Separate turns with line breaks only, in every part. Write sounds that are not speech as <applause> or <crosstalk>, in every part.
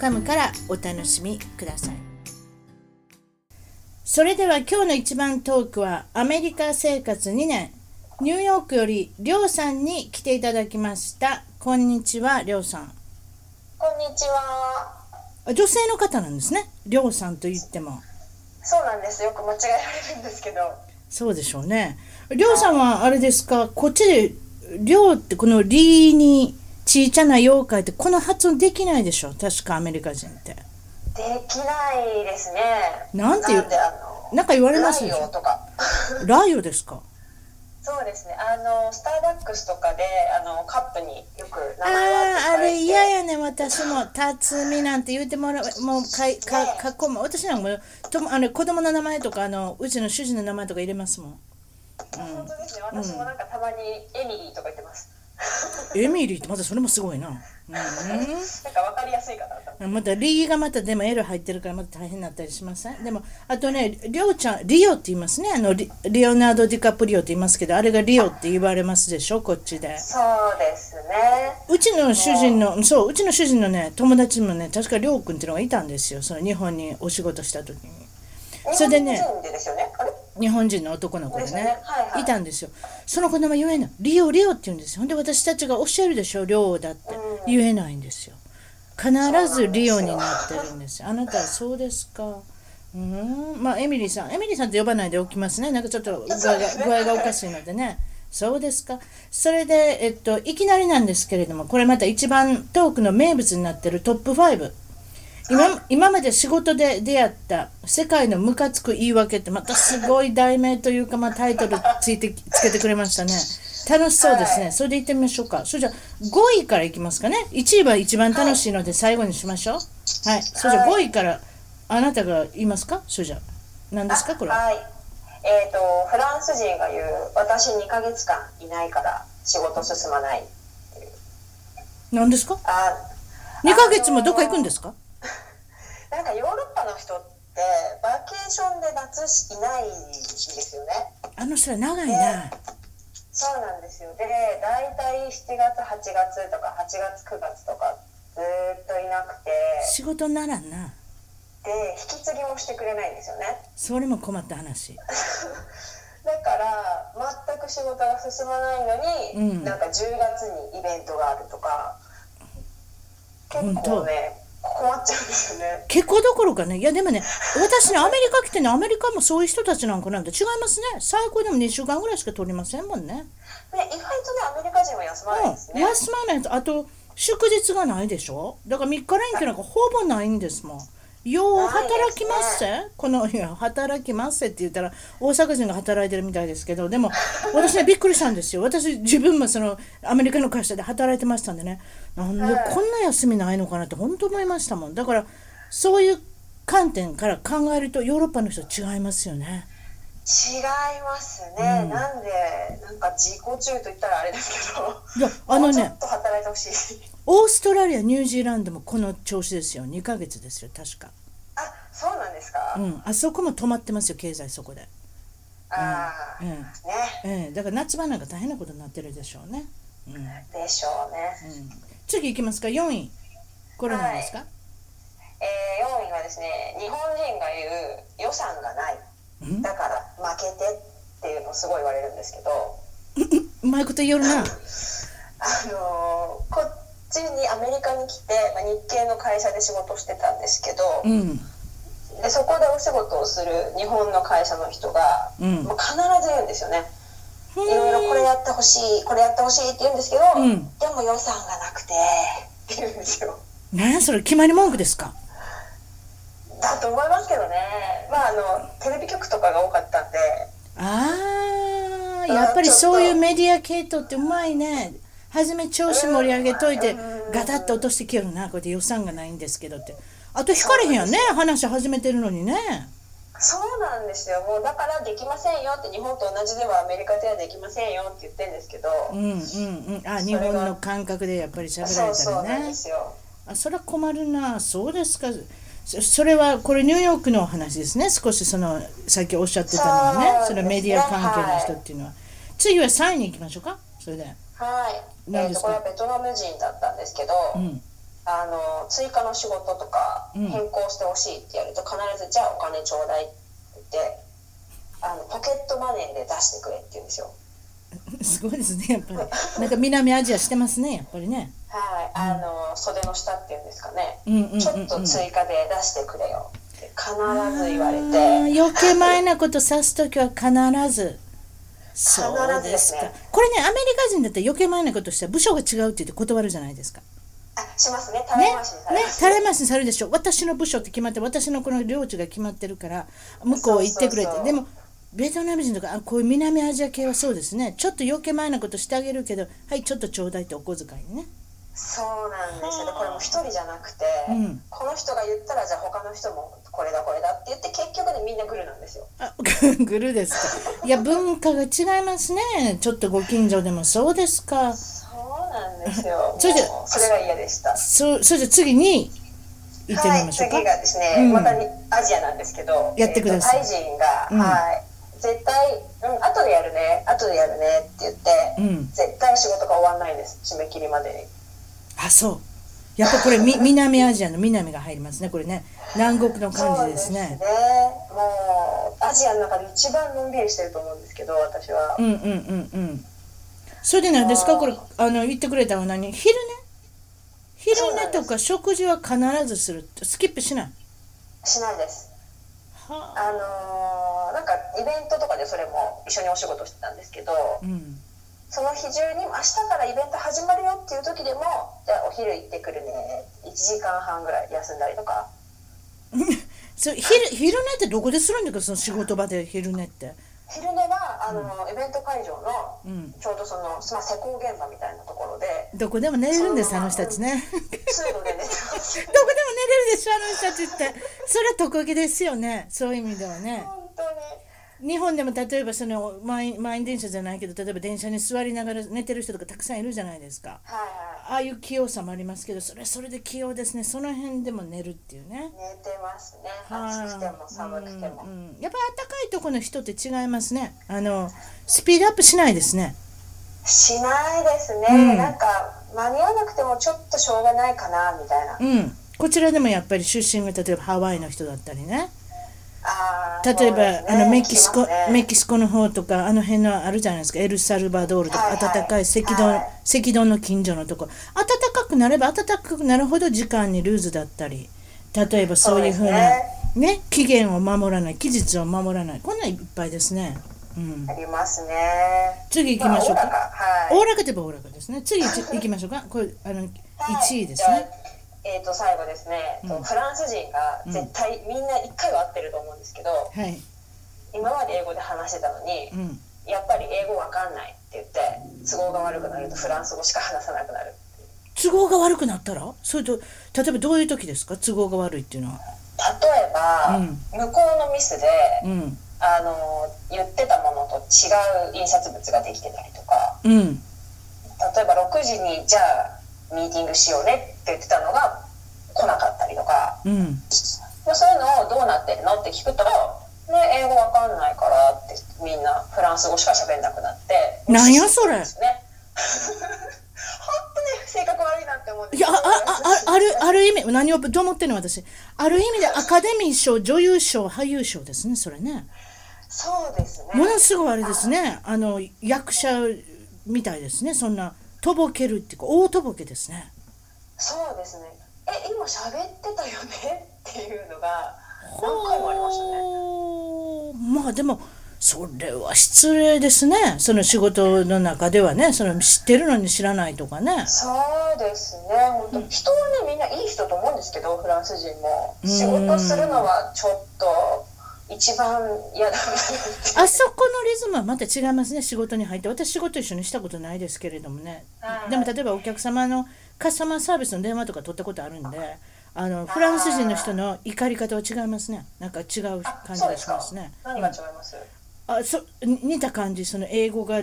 .com からお楽しみくださいそれでは今日の一番トークはアメリカ生活2年ニューヨークよりりょうさんに来ていただきましたこんにちはりょうさん
こんにちは。
あ女性の方なんですねりょうさんと言っても
そうなんです。よく間違えられるんですけど。
そうでしょうねりょうさんはあれですかこっちでりょうってこの「り」にちいちゃな妖怪ってこの発音できないでしょ確かアメリカ人って
できないですね。
なんて言う
なんであの。
なんか言われます
ラ
でし
イオ
ょ
とか。 <laughs>
ライオですか
そうですね。あのスターバックスとかで、あのカップによく名
あ
前を
ああ
書い
れ
て
嫌やね私も「辰巳」なんて言うてもらうもうかいかかっこも私なんかもうともあの子供の名前とかあのうちの主人の名前とか入れますもん
本当ですね。私もなんかたまにエミリーとか言ってます。
エミリーってまたそれもすごいな、
なんかわかりやすいかなと思って。
うん、また「リ」がまたでも L 入ってるからまた大変になったりしませんでもあとねりょうちゃんリオって言いますねあのリリオナード・ディカプリオって言いますけどあれがリオって言われますでしょこっちで
そうですね。
うちの主人のそううちの主人のね友達もね確かりょうくんっていうのがいたんですよその日本にお仕事した時にそれでね
日本人でですよね。あれ。
日本人の男の子で
です
ね
よねはいはい
たんですよその子の名前言えないリオリオって言うんですよほんで私たちが教えるでしょリオだって言えないんですよ必ずリオになってるんですよ
<laughs>
あなたはそうですかうーんまあエミリーさんエミリーさんって呼ばないでおきますねなんかちょっと具合
そう
が
ですね
具合がおかしいのでねそうですかそれで、えっと、いきなりなんですけれどもこれまた一番トークの名物になってるトップ5今今まで仕事で出会った世界のムカつく言い訳ってまたすごい題名というか、まあ、タイトルついてつけてくれましたね楽しそうですね、それでいってみましょうかそれじゃあ5位からいきますかね1位は一番楽しいので最後にしましょうはいそれじゃあ5位からあなたが言いますかそれじゃあ何ですかこれは
はい。えっ、とフランス人が言う私2ヶ月間いないから仕事進まない。
何ですか
あ
2ヶ月もどっか行くんですか
なんかヨーロッパの人ってバケーションで夏しいないんですよね
あの人は長いな
そうなんですよで大体7月8月とか8月9月とかずーっといなくて
仕事にならんな
で引き継ぎもしてくれないんですよね <laughs>
それも困った話
だから全く仕事が進まないのに、
うん
なんか10月にイベントがあるとか結構ね困っちゃうんですよね
結構どころかね、いやでもね、私ね、アメリカ来てね、アメリカもそういう人たちなんかなんて違いますね。最高でも2週間ぐらいしか取りませんもんね。
で意外とねアメリカ人は休まないです
うん、
ね、
休まないと、あと、祝日がないでしょだから3日連休なんかほぼないんですもん。よう働きますせ、この、いや、働きますせって言ったら、大阪人が働いてるみたいですけど、でも、私ね、びっくりしたんですよ。私、自分もその、アメリカの会社で働いてましたんでね、なんでこんな休みないのかなって、本当思いましたもん。だから、そういう観点から考えると、ヨーロッパの人違いますよね。
違いますね、なんでなんか自己中と言ったらあれですけど
いやあのね
もうちょっと働いてほしい
オーストラリア、ニュージーランドもこの調子ですよ。2ヶ月ですよ、確か。
あそうなんですか、
うん、あそこも止まってますよ経済そこで、
あ
う
あ、
ん
ね
ええ、だから夏場なんか大変なことになってるでしょうね、うんうん、
でしょうね、
次行きますか4位これなんですか、
えー、4位はですね日本人が言う予算がないだから負けてっていうのをすごい言われるんですけど
うまいこと言えるな
あのーこっちにアメリカに来て、まあ、日系の会社で仕事してたんですけど、
うん
でそこでお仕事をする日本の会社の人が、
うん
もう必ず言うんですよね。いろいろこれやってほしいこれやってほしいって言うんですけど、
うん
でも予算がなくてって言うんですよ。
何やそれ決まり文句ですか
だと思いますけどねまああのテレビ局とかが多かったんで
あーやっぱりそういうメディア系統ってうまいね初め調子盛り上げといてガタッと落としてきよるなこれで予算がないんですけどって私聞かれへんやんね話始めてるのにね
そうなんですよもうだからできませんよって日本と同じではアメリカではできませんよって言ってるんですけど、
うんうんうんあ日本の感覚でやっぱり喋ら
そう
れた
そう
ら
なん
ね
ですよ
あそれは困るなそうですかそそれはこれニューヨークのお話ですね少しそのさっきおっしゃってたのはね
そうです
そ
ね
れはメディア関係の人っていうのは、次は3位に行きましょうかそれで
はい
何
え
で
ー、
す
と
か
これはベトナム人だったんですけど、 <laughs>
うん
あの追加の仕事とか
うん
変更してほしいってやると必ず「じゃあお金ちょうだい」って言ってあのポケットマネーで出してくれって言うんですよ。
すごいですねやっぱりなんか南アジアしてますねやっぱりね
はい、あの袖の下っていうんですかね、
うんうんうんうん
ちょっと追加で出してくれよって必ず言われ
あ
て
ー余計前なこと指す時は必ずそうですか
必ずですね
これねアメリカ人だったら余計前なことしたら部署が違うって言って断るじゃないですか
あしますね垂
ね
れ回しにされ
ね
ます、
垂れ回しにされるでしょ私の部署って決まってる私のこの領地が決まってるから向こう行ってくれって
そうそうそう
でもベトナム人とかあこういう南アジア系はそうですねちょっと余計前なことしてあげるけどはいちょっとちょうだいってお小遣いね
そうなんですよでこれも一人じゃなくて、
うん
この人が言ったらじゃあ他の人もこれだこれだって言って結局でみんなグルなんですよ
あ <laughs> グルですかいや文化が違いますねちょっとご近所でもそうですか
そうなんですよ
それで
もうそれが嫌でした
そそれじゃあ次に行ってみましょうか、
はい、次がですね、
うん
またにアジアなんですけど
やってください
えーとタイ人が、
うん
はい絶対、うん、後でやるね後でやるねって言って、
うん
絶対仕事が終わんないんです締め切りまでに
あそうやっぱこれみ南アジアの南が入りますねこれね南国の感じですね
そうですねもうアジアの中で一番のんびりしてると思うんですけど私は、
うんうんうんうんそれで何ですか
あー
これあの言ってくれたのは何昼寝昼
そうな
寝
んで
と
す
か食事は必ずするスキップしない
しないです
はあ
あのーなんかイベントとかでそれも一緒にお仕事してたんですけど、
うん
その日中に明日からイベント始まるよっていう時でもじゃあお昼行ってくるね1時間半ぐらい休んだりとか
そう昼昼寝ってどこでするんだかその仕事場で昼寝って
昼寝はあの、イベント会場の、
うん
ちょうどその、まあ、施工現場みたいなところで
<laughs> どこでも寝れるんですあの人たちね <laughs> どこでも
通路で寝て
<laughs>
ます
寝れるでしょあの人たちってそれは特技ですよねそういう意味ではね
本当に
日本でも例えばその満員満員電車じゃないけど例えば電車に座りながら寝てる人とかたくさんいるじゃないですか
はいは
ああいう器用さもありますけどそれはそれで器用ですねその辺でも寝るっていうね
い寝てますね
はい
暑くても寒くても、
うんうんやっぱ暖かいとこの人って違いますねあのスピードアップしないですね
しないですね、
うん
なんか間に合わなくてもちょっとしょうがないかなみたいな、
うんこちらでもやっぱり出身が例えばハワイの人だったりね
あー
例えば、
そうです
あ
ね
のメキシコ、
来ますね
メキシコの方とかあの辺のあるじゃないですかエルサルバドールとか、
はいはい
暖かい赤道、
はい
赤道の近所のとこ暖かくなれば暖かくなるほど時間にルーズだったり例えばそういうふうな
そうです
ね期限を守らない期日を守らないこんなんいっぱいですね、うん、
ありますね
次行きましょう
ま
か
あ
お
おおらかはい
おらかといえばおおらかですね次いち行きましょうかこれあの1位です
はい
ね、
じゃあえー、と最後ですね、とフランス人が絶対みんな1回は会ってると思うんですけど、
はい
今まで英語で話してたのに、
うん
やっぱり英語わかんないって言って都合が悪くなるとフランス語しか話さなくなる
都合が悪くなったらそれと例えばどういう時ですか都合が悪いっていうのは
例えば、
うん
向こうのミスで、
うん
あの言ってたものと違う印刷物ができてたりとか
うん
例えば6時にじゃあミーティングしようねって言ってたのが来なかったりとか。
うん
まあ、そういうのをどうなってるのって聞くと、ね、英語わかんないからってみんなフランス語しか喋んなくなって
なんやそれ
ね <laughs> 本当ね性格悪いなって思うんで
い
す
や
よ
あああああるある意味何をどう思ってんの私ある意味でアカデミー賞女優賞俳優賞ですねそれね
そうですね
ものすごいあれですねあの役者みたいですねそんなとぼけるっていうか大とぼけですね
そうですねえ今喋ってたよねっていうのが何回もありましたね
ほうまあでもそれは失礼ですねその仕事の中ではねその知ってるのに知らないとかね
そうですね本当人はねみんないい人と思うんですけどフランス人も仕事するのはちょっと一番嫌だなって
あそこのリズムはまた違いますね仕事に入って私仕事一緒にしたことないですけれどもね、
はい
でも例えばお客様のカスタマーサービスの電話とか取ったことあるんであのフランス人の人の怒り方は違いますねなんか違う
あ
感じ
そ
が
うです
し
か
ますね
何が違います、
あそに似た感じその英語が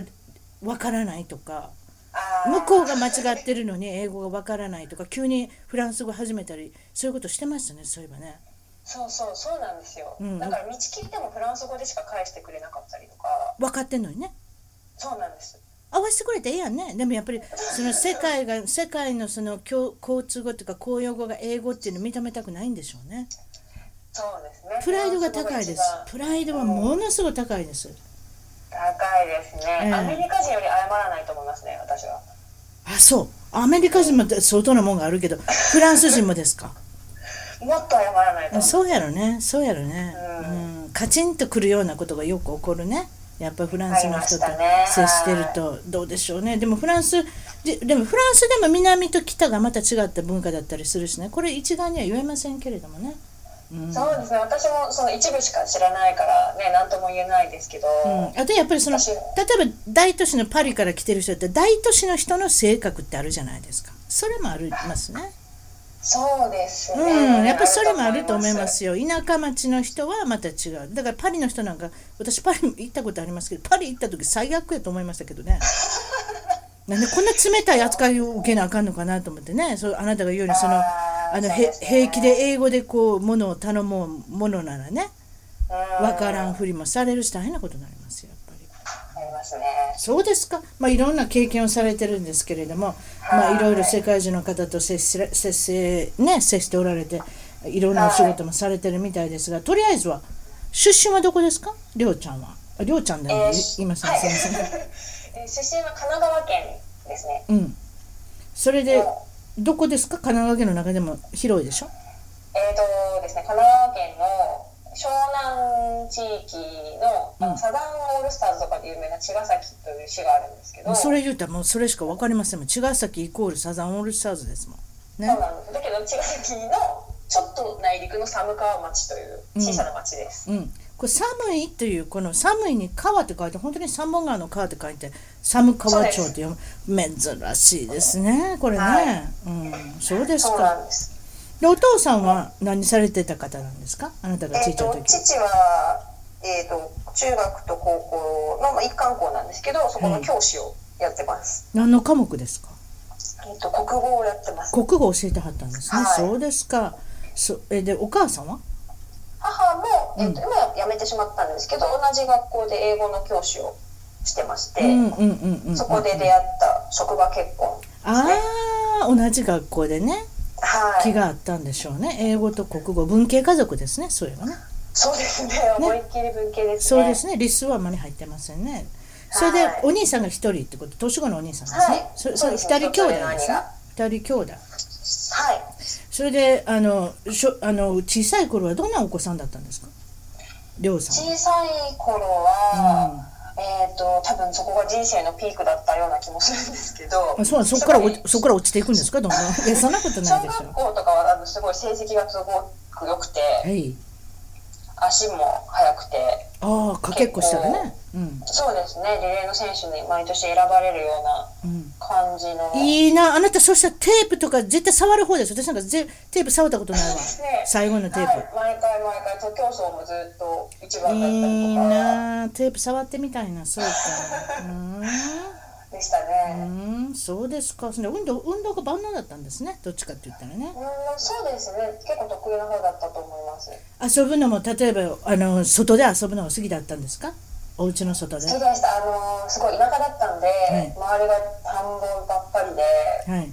わからないとか
あー
向こうが間違ってるのに英語がわからないとか急にフランス語始めたりそういうことしてましたねそういえばね
そうそうそうなんですよ、
うん
だから道聞いてもフランス語でしか返してくれなかったりとか
分かってんのにね
そうなんです
合わせてくれていいやんねでもやっぱりその世界が世界のその共交通語というか公用語が英語っていうの認めたくないんでしょうね
そうですね
プライドが高いです
フランス語が一番
プライドはものすごい高いです
高いですね、
ええ
アメリカ人より謝らないと思いますね私は
あそうアメリカ人も相当なもんがあるけどフランス人もですか
もっと謝らないと思う
そうやろねそうやろね、うん、カチンとくるようなことがよく起こるねやっぱフランスの人と
ありました
接
ね
してるとどうでしょうねでもフランスででもフランスでも南と北がまた違った文化だったりするしねこれ一概には言えませんけれどもね、うん
そうですね私もその一部しか知らないからね何とも言えないですけど、
うん、あとやっぱりその例
私
えば大都市のパリから来てる人って大都市の人の性格ってあるじゃないですかそれもありますね。
そうですね、
うん、やっぱりそれもあると思いますよ。田舎町の人はまた違う。だからパリの人なんか、私パリ行ったことありますけど、パリ行った時最悪やと思いましたけどね。なんでこんな冷たい扱いを受けなあかんのかなと思ってね、そうあなたが言うようにその、
あー
あの、
そう
へ
ですね
平気で英語でこう、ものを頼もうものならね、
うん
わからんふりもされるし大変なことになりますよ、やっぱり。
ありますね
そうですか、まあ、いろんな経験をされてるんですけれども、まあ、いろいろ世界中の方と接しら接せ、ね、接しておられていろんなお仕事もされてるみたいですがとりあえずは出身はどこですかりょうちゃんはありょうちゃんだよ、ね
えー
い今さん
はい
すいません、 <laughs>
えー出身は神奈川県ですね
うん、それで
も
どこですか神奈川県の中でも広いでしょ
えーとですね神奈川県の湘南地域のあのサザンオールスターズとかで有名な茅ヶ崎という市があるんですけど、
それ言うたらもうそれしか分かりませんもん茅ヶ崎イコールサザンオールスターズですもんね
そうなんですだけど茅ヶ崎のちょっと内陸の寒川町という小さな町です、
うん、これ寒いというこの寒いに川って書いて本当に三本川の川って書いて寒川町って読む珍しいですねこれね、
はい
うん、そうです
そう
か
なんです
でお父さんは何されてた方なんですかあなたが
え
小さ
っ
い
と
時、
父は、えっと中学と高校の、まあ、一貫校なんですけどそこの教師をやってます、
何の科目ですか
えっと国語をやってます
国語を教えてはったんですね、
はい
そうですかそえでお母さんは
母も、えっと今は辞めてしまったんですけど同じ学校で英語の教師をしてまして、
うんうんうんうん
そこで出会った職場結婚
ああ同じ学校でね
は
気
い
があったんでしょうね英語と国語文系家族ですねそういえばね
そうですね思いっきり文系です
そ
ね
うですね、理数はあまり入ってませんね。それで、
はい
お兄さんが一人ってこと、年子のお兄さんですね。
はい
そ
そ
そうれ
です
二人兄弟ですね
一。
二人兄弟。
はい
それで、あの、しょ、あの、小さい頃はどんなお子さんだったんですか。りょうさん。
小さい頃は、えっ、と多分そこが人生のピークだったような気もするんですけど
あ、そう、そこから
つま
お
り、
そこから落ちていくんですか、 <laughs> どんどん。いや、そんなことない
小
でし
学
ょ
校とかはあのすごい成績がすごく良くて
はい。
足も速くて
ああ、かけっこしたらね。うん。
そうですねリレーの選手に毎年選ばれるような
うん。
感じの、
いいな、あなた、そしたらテープとか、絶対触る方です。私なんか、ぜ、テープ触ったことないわ
ね。
最後のテープ。
はい、毎回毎回徒競走もずっと一番だったりとか、
いいなあテープ触ってみたいなそうかう
でした
ーん
ね、
うーんそうですかそれ運動運動が万能だったんですねどっちかって言ったらね
うん、そうですね結構得意な方だったと思います
遊ぶのも例えばあの外で遊ぶのが好きだったんですかお家の外で
好き
は
でしたあのーすごい田舎だったんで、
い
周りが田んぼばっかりで
い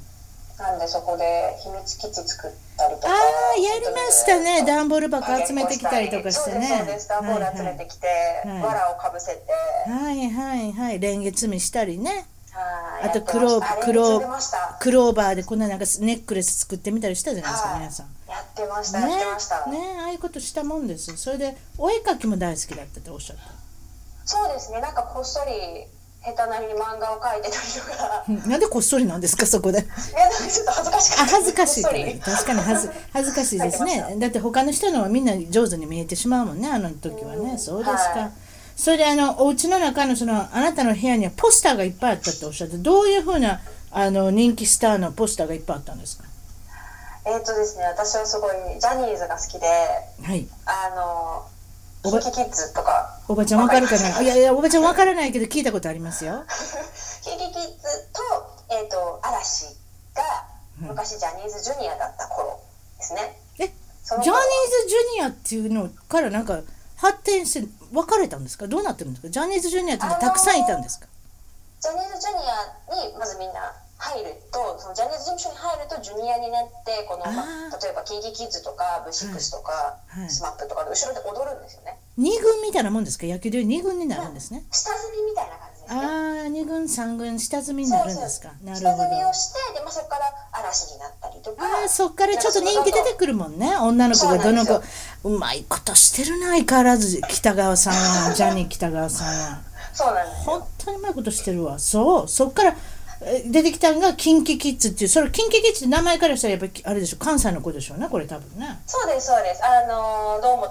なんでそこで秘密基地作ったりと
あ
か
あやりましたね段ボール箱集めてきたりとかしてね
そうですそうです段ボール集めてきて、
はいはい
藁をかぶせて、
はいはいはいレンゲ積みしたりね
は
あ
い
と
やってました
クロー
あれ
クロー
やってました
クローバーでこんななんかネックレス作ってみたりしたじゃないですか
はい
皆さん
やってました、やってました、
ねねああいうことしたもんですそれでお絵描きも大好きだったっておっしゃった
そうですねなんかこっそり下手なりに漫画を描いてたり
<laughs>
とか
うんなんでこっそりなんですかそこで。
いやなんかちょっと恥ずかしか
あ
った
恥ずかしい
こ
か
っ
ら
そり
ね確かに恥ず恥ずかしいです
入ってま
ねだって他の人のはみんな上手に見えてしまうもんねあの時はねそうですか、
は
それであのお家の中のそのあなたの部屋にはポスターがいっぱいあったっておっしゃってどういうふうなあの人気スターのポスターがいっぱいあったんですか
<laughs> えっとですね、私はすごいジャニーズが好きで、
はい
あ
お
の、
ば
キキキッズとか、 <laughs>
おばちゃんわかるかないやいやおばちゃんわからないけど聞いたことありますよ
キキキッズと、えっ、と、嵐が昔ジャニーズジュニアだった頃ですね。
え
その
ジャニー
頃
ズジュニアっていうのからなんか発展して別れたんですかどうなってるんですかジャニーズジュニアっていうのはたくさんいたんですか
ジャニーズジュニアにまずみんな入るとそのジャニーズ事務所に入るとジュニアになってこの、まあ
あー
例えば KiKiKids とか V6 とか、
はいはい
SMAP とか後ろで踊るんですよね
二軍みたいなもんですか野球でいう二軍になるんですね
下積みみたいな感じですね
ああ二軍三軍下積みになるんですか
そう
な
そう
るほ
下積み
ど
をしてで、まあ、そこから嵐になったりとか
あーそっからちょっと人気出てくるもんね女の子がどの
そ
子
うなんで
うまいことしてるな相変わらず北川さんはジャニー北川さんは
そうなんですよ
本当にうまいことしてるわそうそっからえ出てきたのがキンキキッズっていうそれキンキキッズって名前からしたらやっぱりあれでしょ関西の子でしょうねこれ多分ね
そうですそうですあの堂本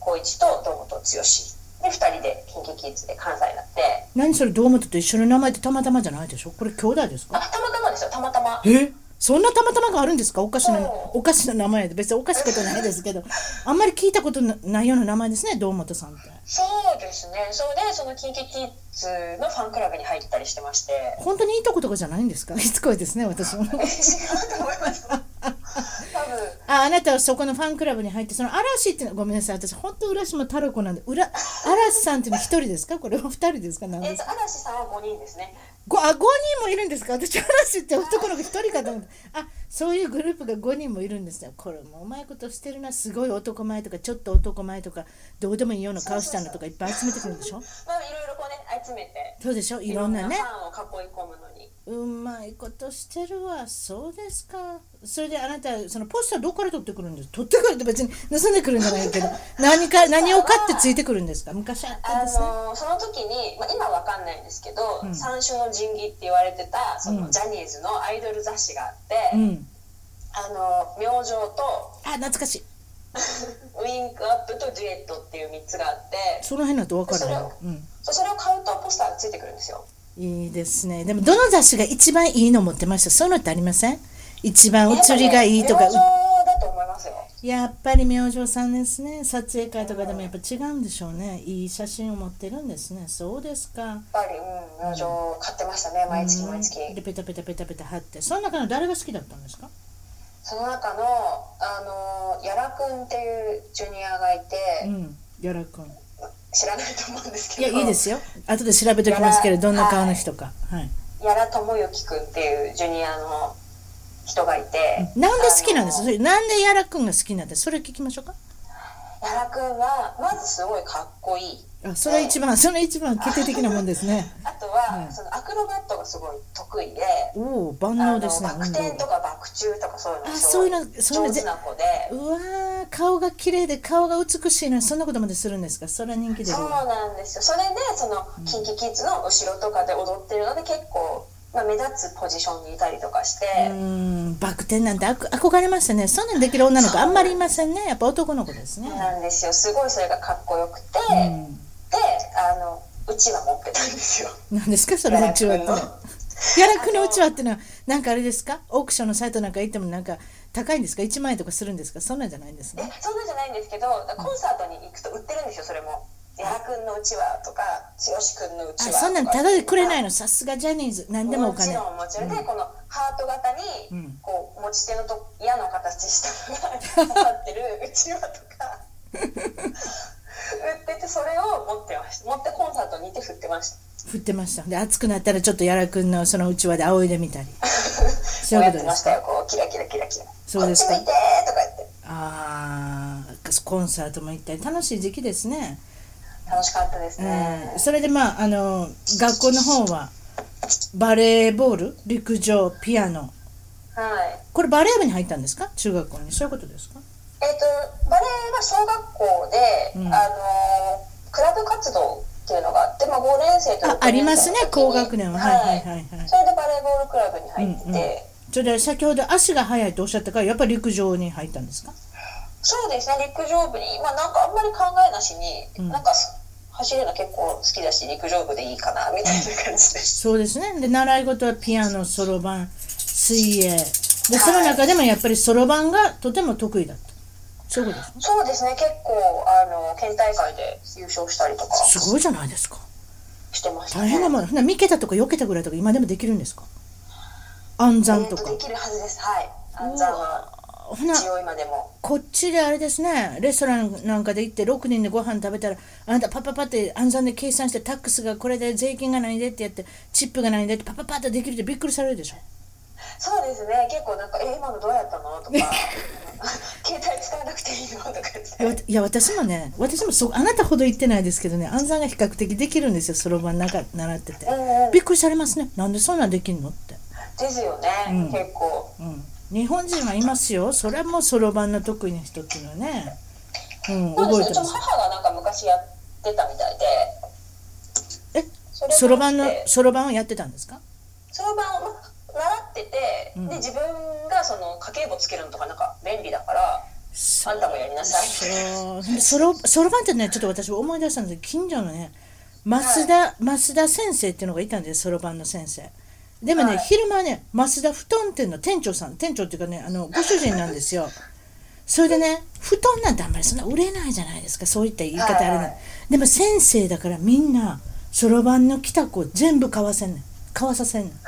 光一と堂本剛で2人で KiKiKids で関西になって
何それ堂本と一緒の名前ってたまたまじゃないでしょこれ兄弟です
あ
か
たまたまですよたまたま
えそんなたまたまがあるんですかおかしな
そう
おかしな名前で別におかしいことないですけどあんまり聞いたことなないような名前ですね堂本さんって
そうですね。それでその KiKiKids のファンクラブに入ったりしてまして。
<laughs> 本当にいいとことかじゃないんですか <laughs> しつこいですね私も
違うと思います。多分
ああなたはそこのファンクラブに入ってその嵐っていうのごめんなさい私本当浦島太郎子なんで浦嵐さんっていうの一人ですかこれお二人ですかなん
え
で
っ
す
と嵐さんは5人ですね。
ごあ5人もいるんですか私嵐って男の子一人かと思ってあそういうグループが5人もいるんですねこれもううまいことしてるなすごい男前とかちょっと男前とかどうでもいいような顔したのとかいっぱい集めてくるんでしょ
まあいろいろこうね集めて
そうでしょいろんなね
ファンを囲い込むのに。
うまいことしてるわそうですかそれであなたそのポスターどこから取ってくるんです取ってくるって別に盗んでくるんじゃないけど何か何を買ってついてくるんですか昔あった
あ
んですね
のその時に、まあ、今わかんないんですけど、三種の神器って言われてたそのジャニーズのアイドル雑誌があって、
うん
あの明星と <laughs>
あ懐かしい
ウィンクアップとデュエットっていう三つがあって
その辺だと分かるわ
そ
うん
そうそれを買うとポスターがついてくるんですよ。
いいですねでもどの雑誌が一番いいの持ってましたそういうのってありません一番写りがいいとか
明星だと思いますよ。
やっぱり明星さんですね撮影会とかでもやっぱ違うんでしょうねいい写真を持ってるんですねそうですか
やっぱり、うん、明星買ってましたね、毎月毎月。
でペタペタペタペタ貼ってその中の誰が好きだったんですか
その中の、あの、やらくんっていうジュニアがいて、
うんギャラ君
知らないと思うんです
い
け
や
ど。
いいですよ後で調べておきますけど
ギャ
どん
ラ
な顔の人かはい
やらともゆきくんっていうジュニアの人がいて。
なんで好きなんです
あ
それなんでギャラ君が好きなんですそれ聞きましょうか
のやらくんは、まずすごいかっこいい。
あそれ一番それ一番決定的なもんですね
あとは、
うん
そのアクロバットがすごい得意で。
おお万
<laughs>
能
あの、バ
ですね
ク転とかバク宙とかそういうの
あ
すご
そう
い
いうのそういうの
上手な子で。
うわー顔が綺麗で顔が美しいのにそんなことまでするんですかそれは人気出る
そう
わ
なんですよそれでその KinKiKids の後ろとかで踊ってるので結構、まあ、目立つポジションにいたりとかして、
うーんバク転なんてあく憧れましたねそんなんできる女の子あんまりいませんねやっぱ男の子ですね
なんですよすごいそれがかっこよくて、であのうちは持ってたんですよ
何ですかそれうちわって <laughs>
ギャラク
やらくのうちわってのはなんかあれですかオークションのサイトなんか行ってもなんか高いんですか1万円とかするんですかそんなんじゃないんです
え
ね
そんなんじゃないんですけどコンサートに行くと売ってるんですよそれも「やらくんのうちは」とか「剛くんのう
あ
ちは」
そんなんただでくれない
い
のさすがジャニーズ何でもお金
ちろんもちろんで、このハート型に、
ん
こう持ち手のと矢の形したのが刺さってるうちわとか売っててそれを持ってました持ってコンサートに行って振ってました
振ってましたで暑くなったらちょっとやらくんのそのうちわで仰いでみたりそういう
や
こと
って
で
ますしたよこうキラキラキラキラ
そうですか
こっち向いてとか言って
あーコンサートも行ったり楽しい時期ですね、
楽しかったですね、
うん、それでまああの学校の方はバレーボール陸上ピアノ
はい
これバレー部に入ったんですか中学校にそういうことですか
えっ、とバレエは小学校で、
うん
あのクラブ活動っていうのがあって、まあ、5年生と6
あ
年生
ありますね
の時に
高学年ははいはいはいはい
それでバレーボールクラブに入ってて、
うんうんそれで先ほど足が速いとおっしゃったからやっぱり陸上に入ったんですか
そうですね陸上部に今なんかあんまり考えなしに、なんかす走るの結構好きだし陸上部でいいかなみたいな感じです、
そうですねで習い事はピアノそろばん水泳でその中でもやっぱりそろばんがとても得意だったそういうことですね
そうですね、結構、あの、県大会で優勝したりとか
すごいじゃないですか
してました、
大変なもんほな見けたとか避けたぐらいとか今でもできるんですか暗
え
算
ー
と
と
か
できるはずです、はい。暗算は
ほな
強いまでも。
こっちであれですねレストランなんかで行って6人でご飯食べたらあなたパッパッパって暗算で計算してタックスがこれで税金が何でってやってチップが何でってパッパッパってできるってびっくりされるでしょ
そうですね、結構なんか、え、今のどうやった
<laughs>
のとか、携帯使わなくていいのとか
い
言
や
っ
わ
て。
たいや私もね私もそうあなたほど言ってないですけどね暗算が比較的できるんですよそろばんなんか習ってて
うんうん
びっくりされますねなんでそんなんできんのって、
ですよね、結構。
うん、日本人はいますよそれはもうそろばんの得意な人っていうのはね、うん、
そう
覚
で
えて
すね、うち
ま
も
す
母がなんか昔やってたみたいで。
え
それ
そろばんの
もあって
そろばんをやってたんですか
そろばんを習ってて、で自分がその家計簿つけるのとかなんか便利だからあんたもやりなさい
そうそろそろばんってねちょっと私思い出したんですけど近所のね増田、増田先生っていうのがいたんですそろばんの先生でもね、
はい
昼間はね増田布団店の店長さん店長っていうかねあのご主人なんですよ <laughs> それでね布団なんてあんまりそんな売れないじゃないですかそういった言い方あれな、
はいはい
でも先生だからみんなそろばんの帰宅を全部買わせんねん買わさせんねん
<laughs>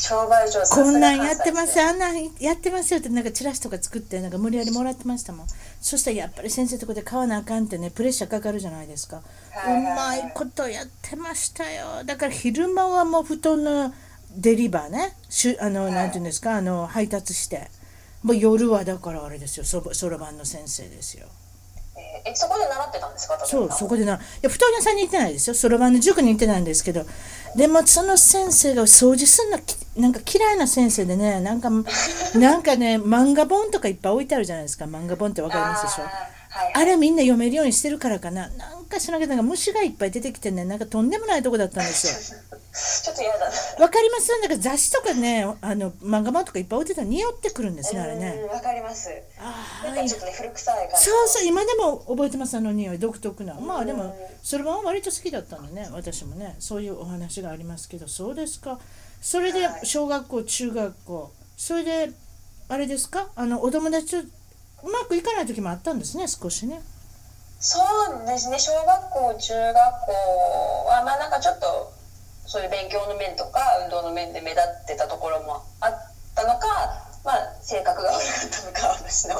商売上手さすが
こんなん
関
や
西
ってます
で
あんなんやってますよってなんかチラシとか作ってなんか無理やりもらってましたもんそしたらやっぱり先生とこで買わなあかんってねプレッシャーかかるじゃないですか
は
う
いはいは
ま
い
いことやってましたよだから昼間はもう布団のデリバーねしゅあの、なんていうんですかあの配達してもう夜はだからあれですよそばそろばんの先生ですよ
えーえそこで習ってたんですか
そうそ
こ
こでないや布団屋さんに行ってないですよそろばんの塾に行ってないんですけどでもその先生が掃除すんのきなんか嫌いな先生でねなんかなんかね漫画本とかいっぱい置いてあるじゃないですか漫画本ってわかりますでしょ
はい
あれみんな読めるようにしてるからかななんかしなきゃなんか虫がいっぱい出てきてねなんかとんでもないとこだったんですよ
<laughs> ちょっと嫌だな
わかりますなんか雑誌とかねあの漫画本とかいっぱい置いてたら匂ってくるんですねあれね
うんわかります
あ
な
ー
んかちょっとね古臭い感じ
そうそう今でも覚えてますあの匂い独特なまあでもそれは割と好きだったんでね私もねそういうお話がありますけどそうですかそれで
はい
小学校中学校それであれですかあのお友達とうまくいかない時もあったんですね少しね
そうですね小学校中学校はまあなんかちょっとそういう勉強の面とか運動の面で目立ってたところもあったのか、まあ、性格が悪かったのか私の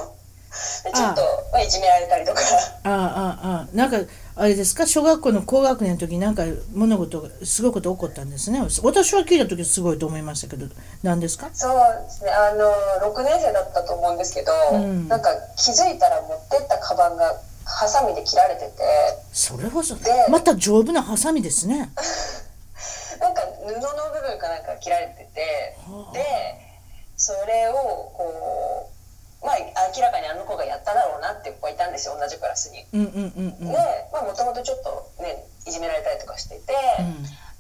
でちょっとまあいじめられたりとか
ああああああなんかあれですか小学校の高学年の時なんか物事がすごいこと起こったんですね私は聞いた時すごいと思いましたけど何ですか
そうですねあの6年生だったと思うんですけど、
うん
なんか気づいたら持ってったカバンがハサミで切られてて
それこそ
で
また丈夫なハサミですね
なんか布の部分かなんか切られてて
はあ
でそれをこうまあ明らかにあの子がやっただろうなっていう子がいたんですよ同じクラスに。
うんうんうんうん
でまあもともとちょっとねいじめられたりとかしてて、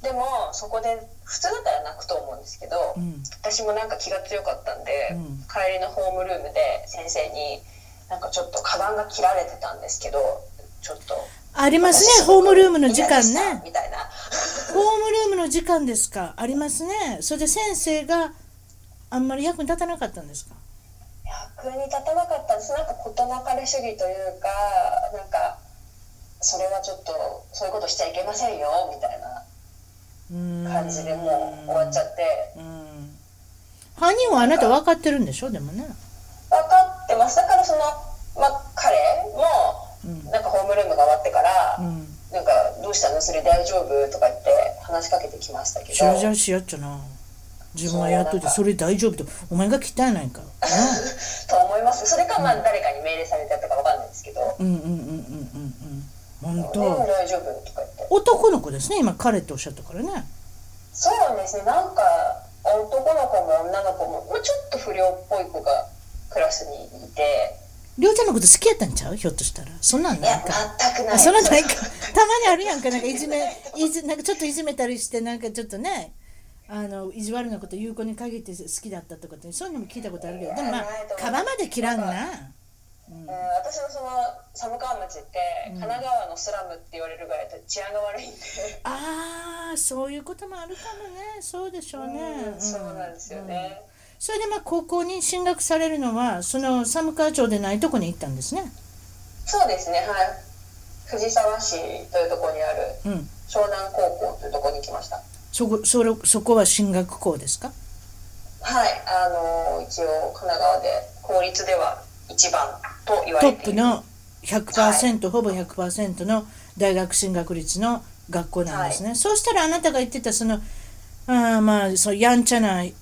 でもそこで普通だったら泣くと思うんですけど、
うん
私もなんか気が強かったんで、
うん
帰りのホームルームで先生になんかちょっとカバンが切られてたんですけどちょっと
あります
私
ね、ホームルームの時間
いやでした
ね。
みたいな
ホームルームの時間ですか、ありますね。それで先生があんまり役に立たなかったんですか。
役に立たなかったんですなんか事なかれ主義というかなんかそれはちょっとそういうことしちゃいけませんよみたいな
うーん
感じでもう終わっちゃって
うん犯人はあなた分かってるんでしょ、でもね。
分かってますだからその、まあ、彼
うん
もなんかホームルームが終わってから、
うん。
なんか「どうしたのそれ大丈夫?」とか言って話しかけてきましたけ
じゃ
ど
あじゃあしやっちゃな。自分はやっといて、それ大丈夫と、お前が来たやないか。
<laughs> と思いますそれかまあ誰かに命令されてやったかわかんないですけど
うんうんうんうんうんうんうん。
「
本
でも
当。
大丈夫?」とか言って
男の子ですね、今彼っておっしゃったからね。
そうですねなんか男の子も女の子も、まあ、ちょっと不良っぽい子がクラスにいて
りょうちゃんのこと好きやったんちゃう、ひょっとしたら、そんなん
いや
ないか。
全くな
あ
い
そのなんかたまにあるやんかなんかいじめいじなんかちょっといじめたりしてなんかちょっとねあの意地悪なこと言う子に限って好きだったとかってそういうのも聞いたことあるけどでもまあカバまで切らんな
うん、私のその寒川町って神奈川のスラムって言われるぐらいで治安が悪いんで、
あーそういうこともあるかもねそうでしょうね、
うんそうなんですよね、
うんそれでまあ高校に進学されるのはその寒川町でないとこに行ったんですね。
そうですねはい藤沢市というところにある
うん。
湘南高校というところに来ました
そこそれそこは進学校ですか。
はいあの一応神奈川で公立では一番と言わ
ト
れ
ッ
て
プ
いる
の100%、ほぼ100%の大学進学率の学校なんですね。そうしたらあなたが言ってたそのあーまあそうやんちゃなね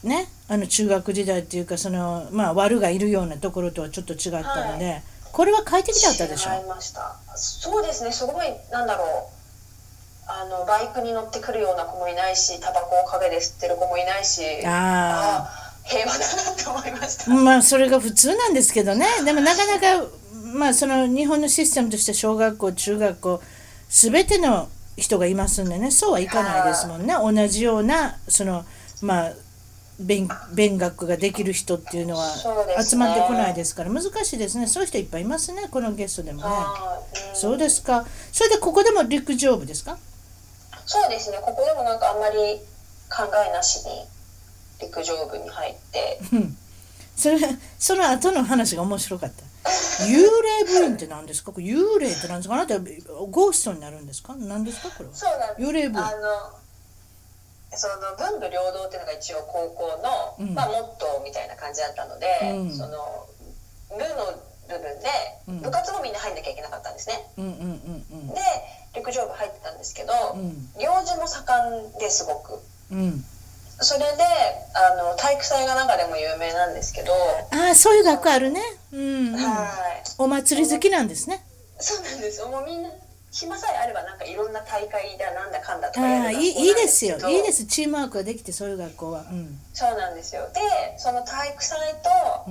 あの中学時代っていうかそのまあ悪がいるようなところとはちょっと違ったので、これは快適だったでしょ。
違いましたそうですねすごいなんだろうあのバイクに乗ってくるような子もいないしタバコを陰で吸ってる子もいないし
ああ。
あ平和だなって思いました
まあそれが普通なんですけどねでもなかなか、まあ、その日本のシステムとして小学校中学校全ての人がいますんでねそうはいかないですもんね同じようなそのまあ勉勉学ができる人っていうのは
そうです
集
ね
まってこないですから難しいですねそういう人いっぱいいますねこのゲストでもね
あーうん
そうですかそれでここでも陸上部ですか
そうですねここでもなんかあんまり考えなしに陸上部に入って
それその後の話が面白かった幽霊部員って何ですかこれ幽霊って何ですかあなたゴーストになるんですか何ですかこれは
そうなんです
幽霊部
あのその文武両道っていうのが一応高校の、
うん
まあ、モットーみたいな感じだったので、
うん
その部の部分で
うん
部活もみんな入んなきゃいけなかったんですね、
うんうんうん
で陸上部入ってたんですけど、
うん
行事も盛んですごく
うんうん
それであの体育祭が中でも有名なんですけど、
ああそういう学校あるねうん、うん、
はい
お祭り好きなんですね
そうなんですよもうみんな暇さえあればなんかいろんな大会だなんだかんだとか
あ
や
あ
る学
い
校
いいいですよいいですすチームワークができてそういう学校はうん
そうなんですよでその体育祭と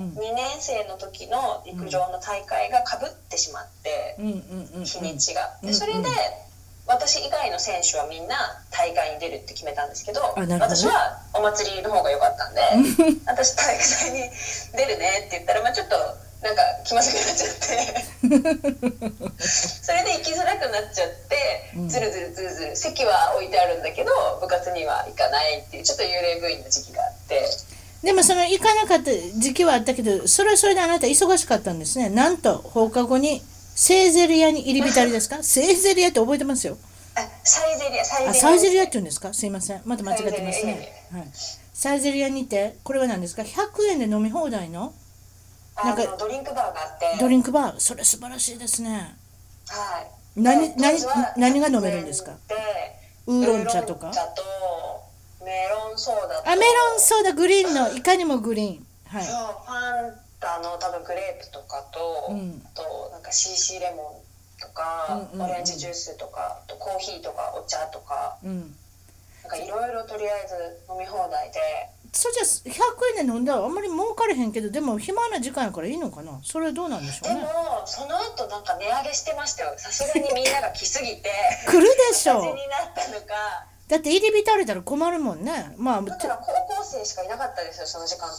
うん
2年生の時の陸上の大会がかぶってしまって、
うんうんうんうん
日にちが
うん
でそれ
うん
で私以外の選手はみんな大会に出るって決めたんですけど
あなるほどね
私はお祭りの方が良かったんで私体育祭に出るねって言ったら、まあ、ちょっとなんか気まずくなっちゃって
<laughs>
それで行きづらくなっちゃって
うん
ずるずるずるずる席は置いてあるんだけど部活には行かないっていうちょっと幽霊部員の時期があって
でもその行かなかった時期はあったけどそれはそれであなた忙しかったんですねなんと放課後にセーゼリアに入り浸りですかセーゼリアって覚えてますよ
あサイゼリアサイゼリ
あ
ア
サイゼリアって言うんですかすいませんまた間違ってます
サイゼリ
ね、はい、サイゼリアにてこれは何ですか100円で飲み放題の
あ
なんか
のドリンクバーがあって
ドリンクバーそれ素晴らしいですね
はい。
何
で
何
当時は
何が飲めるんですか
で
ウーロン茶とか
ウーロン茶とメロンソーダと
あメロンソーダグリーンのいかにもグリーンはい
そうファンタの多分グレープとかと、
うん
あとなんか CC レモンとか、
うんうんうん
オレンジジュースとかあとコーヒーとかお茶とか
うん
なんかいろいろとりあえず飲み放題で
それじゃ100円で飲んだらあんまり儲かれへんけどでも暇な時間やからいいのかなそれはどうなんでしょ
で
う
も
ね
その後なんか値上げしてましたよさすがにみんなが来すぎ
<laughs>
て
来るでし
味
ょ
になったのか
だって入り浸れたら困るもんねまあ
だから高校生しかいなかったですよその時間帯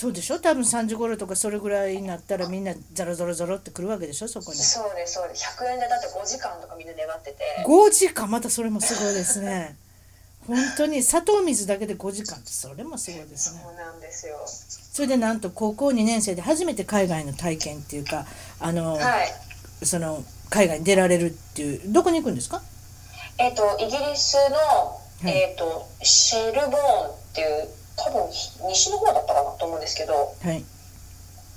そうでしょ多分3時頃とかそれぐらいになったらみんなザラザラザラって来るわけでしょそこに
そうですそうです100円でだって5時間とかみんな粘ってて
5時間またそれもすごいですね本当に砂糖水だけで5時間ってそれもすごいですね
そうなんですよ
それでなんと高校2年生で初めて海外の体験っていうかあの、
はい
その海外に出られるっていうどこに行くんですか
えっ、とイギリス
い
の、えっとシェルボーンっていう多分西の方だったかなと思うんですけど
はい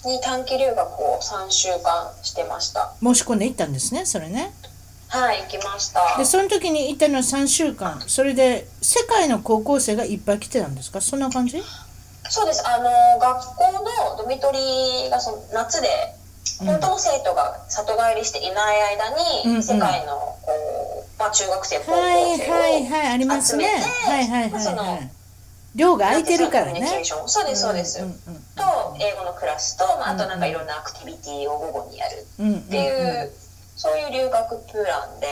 に短期留学を3週間してました
申し込んで行ったんですねそれね
はい行きました
でその時に行ったのは3週間それで世界の高校生がいっぱい来てたんですかそんな感じ
そうですあの学校のドミトリーがその夏で
うん
本当の生徒が里帰りしていない間
うん
に、
うん
世界のこう、まあ、中学生高校
はい
生を、
はいはいありますね
集めて
はいはいはい
その
はい寮が空いてるから
コミュニケ
ね
ーションそうですそうです、
うんうん
と英語のクラスと、まあ、あとなんかいろんなアクティビティを午後にやる
うんうんうん
っていう、そういう留学プランで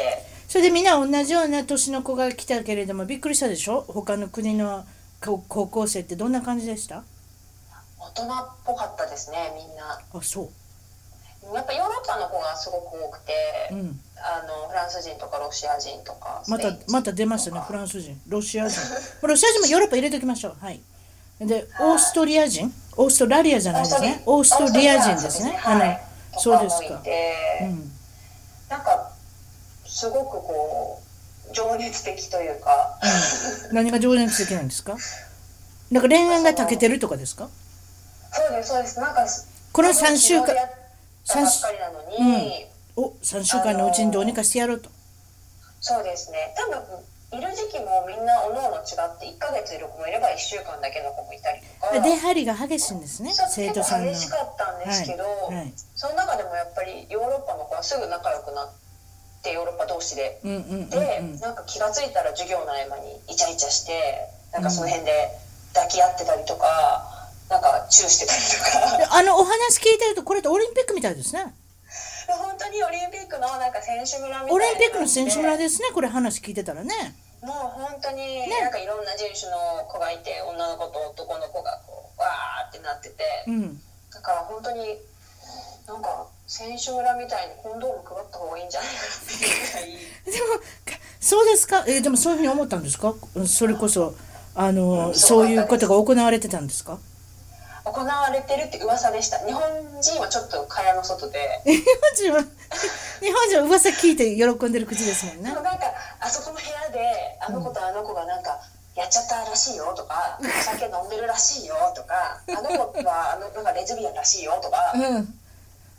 それでみんな同じような年の子が来たけれどもびっくりしたでしょ他の国の高高校生ってどんな感じでした
大人っぽかったですねみんな
あそ
やっぱヨーロッパの子がすごく多くて、
う、うん、
あのフランス人とかロシア人とか
またまた出ましたねフランス人ロシア人ロシア人もヨーロッパ入れときましょうはいで、オーストリア人オーストラリアじゃないですね。オーストリア人ですね。あ
は
の
い、
そうです
ともい
か。
て
うん。
なんかすごくこう情熱的というか、
何が情熱的なんですかなんか恋愛がたけてるとかですか
そうですそうですなんか
この3週
昨
間
日出、会ったばっかりなのに、
お、3週間のうちにどうにかしてやろうと。
そうですね多分いる時期もみんなおのおの違って1ヶ月いる子もいれば1週間だけの子もいたりとか
出張りが激しいんですね、
そう
生
結
徒さん
構
の。
激しかったんですけど、
はいはい
その中でもやっぱりヨーロッパの子はすぐ仲良くなってヨーロッパ同士で。
うんうんうんうん。
で、なんか気がついたら授業の合間にイチャイチャしてなんかその辺で抱き合ってたりとか、なんかチューしてたりとか
あの、お話聞いてると、これってオリンピックみたいですね。
本当にオリンピックのなんか選手村みたいな
オリンピックの選手村
で
ですね、これ話聞いてたらね。
もう本当になんかいろんな人種の子がいて女の子と男の子がこうわーってなってて、
うん。
だから本当になんか選手村みたいにコンドーム配った方がいいんじゃないかっていうぐらい。
でも、かそうですかえーでもそういうふうに思ったんですかそれこそ、あの、そういうことが行われてたんです <laughs> か
行われてるって噂でした日本人はちょっと蚊帳の外で
日本人は、日本人は噂聞いて喜んでる口ですもん
で
ね
も。なんかあそこの部屋であの子とあの子がなんかやっちゃったらしいよとか、お酒飲んでるらしいよとかあの子はあのなんかレズビアンらしいよとか、
うん。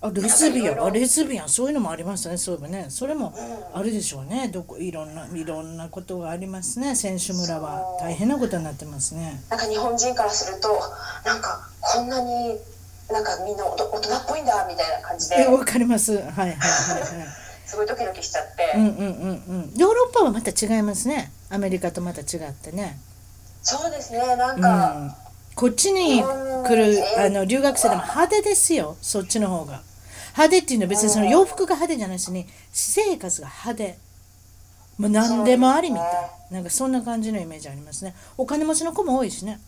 あ、レズビアン、あ、レズビアン、そういうのもありましたね、そういえばね。それもあるでしょうね。どこ、いろんな、いろんなことがありますね。選手村は。大変なことになってますね。
なんか日本人からするとなんかこんなになんかみんなおと大人っぽいんだみたいな感じで
えわかります。はいはいはいはい。
すごいドキドキしちゃって、
うんうんうんうん。ヨーロッパはまた違いますね。アメリカとまた違ってね。
そうですねなん
う
か、
ん。こっちに来るあの留学生でも派手ですよ。そっちの方が。派手っていうのは別にその洋服が派手じゃないしね、私生活が派手。もう何でもありみたい
そうで
な。なんかそんな感じのイメージありますね。お金持ちの子も多いしね。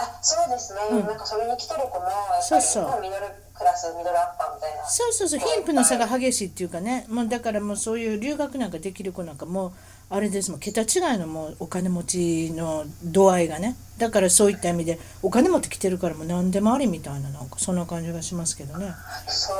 あそうですね、なんかそれに来てる子もやっぱり
そうそう
まあミドルクラスミドルアッパーみたいな
そうそうそう貧富の差が激しいっていうかねもうだからもうそういう留学なんかできる子なんかもうあれですもん桁違いのもうお金持ちの度合いがねだからそういった意味でお金持ってきてるからもう何でもありみたいななんかそんな感じがしますけどね
そ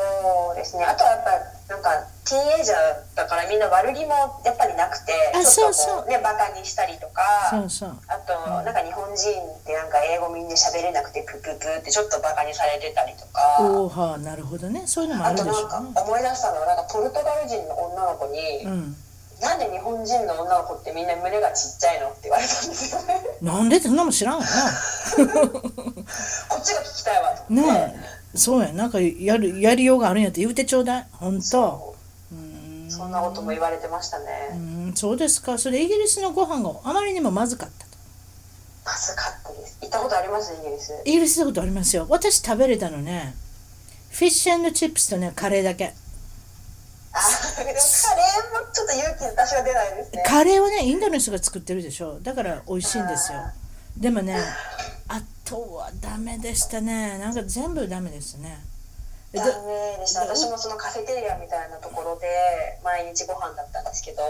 うですねあとはやっぱなんかティーンエイジャーだからみんな悪気もやっぱりなくて
あ
ちょっとこ
そうそう
ねバカにしたりとか
そうそう
あとなんか日本人ってなんか英語みんな喋れなくてプププってちょっとバカにされてたりとか
おおはあなるほどねそういうのもあ
あ
るで
と
し
な
ょ
んか
うね
思い出したのはなんかポルトガル人の女の子に、
うん
なんで日本人の女の子ってみんな胸がちっちゃいの?」って言われたんですよね <laughs>
なんでってそんなもん知らんよ
こっちが聞きたいわと思
な
って。
ねえそうやなんかやるやりようがあるんやって言うてちょうだい本当うーん
そんなことも言われてましたね。
うんそうですかそれイギリスのご飯があまりにもまずかったと
まずかったです。行ったことありますイギリス。
イギリス行ったことありますよ私食べれたのねフィッシュチップスとねカレーだけ
あ、でもカレーもちょっと勇気私は出ないですね。
カレーはねインドの人が作ってるでしょだから美味しいんですよでもねあとはダメでしたねなんか全部ダメですねで
ダメでした。私もそのカフェテリアみたいなところで毎日ご飯だったんですけど、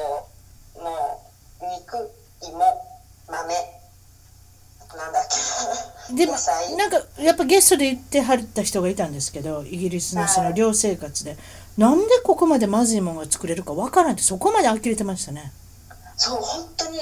もう肉、芋、豆、あとなんだっけ、
でも
野菜。
なんかやっぱゲストで行ってはった人がいたんですけどイギリスのその寮生活でなんでここまでまずいものが作れるかわからんってそこまで呆れてましたね
そう本当に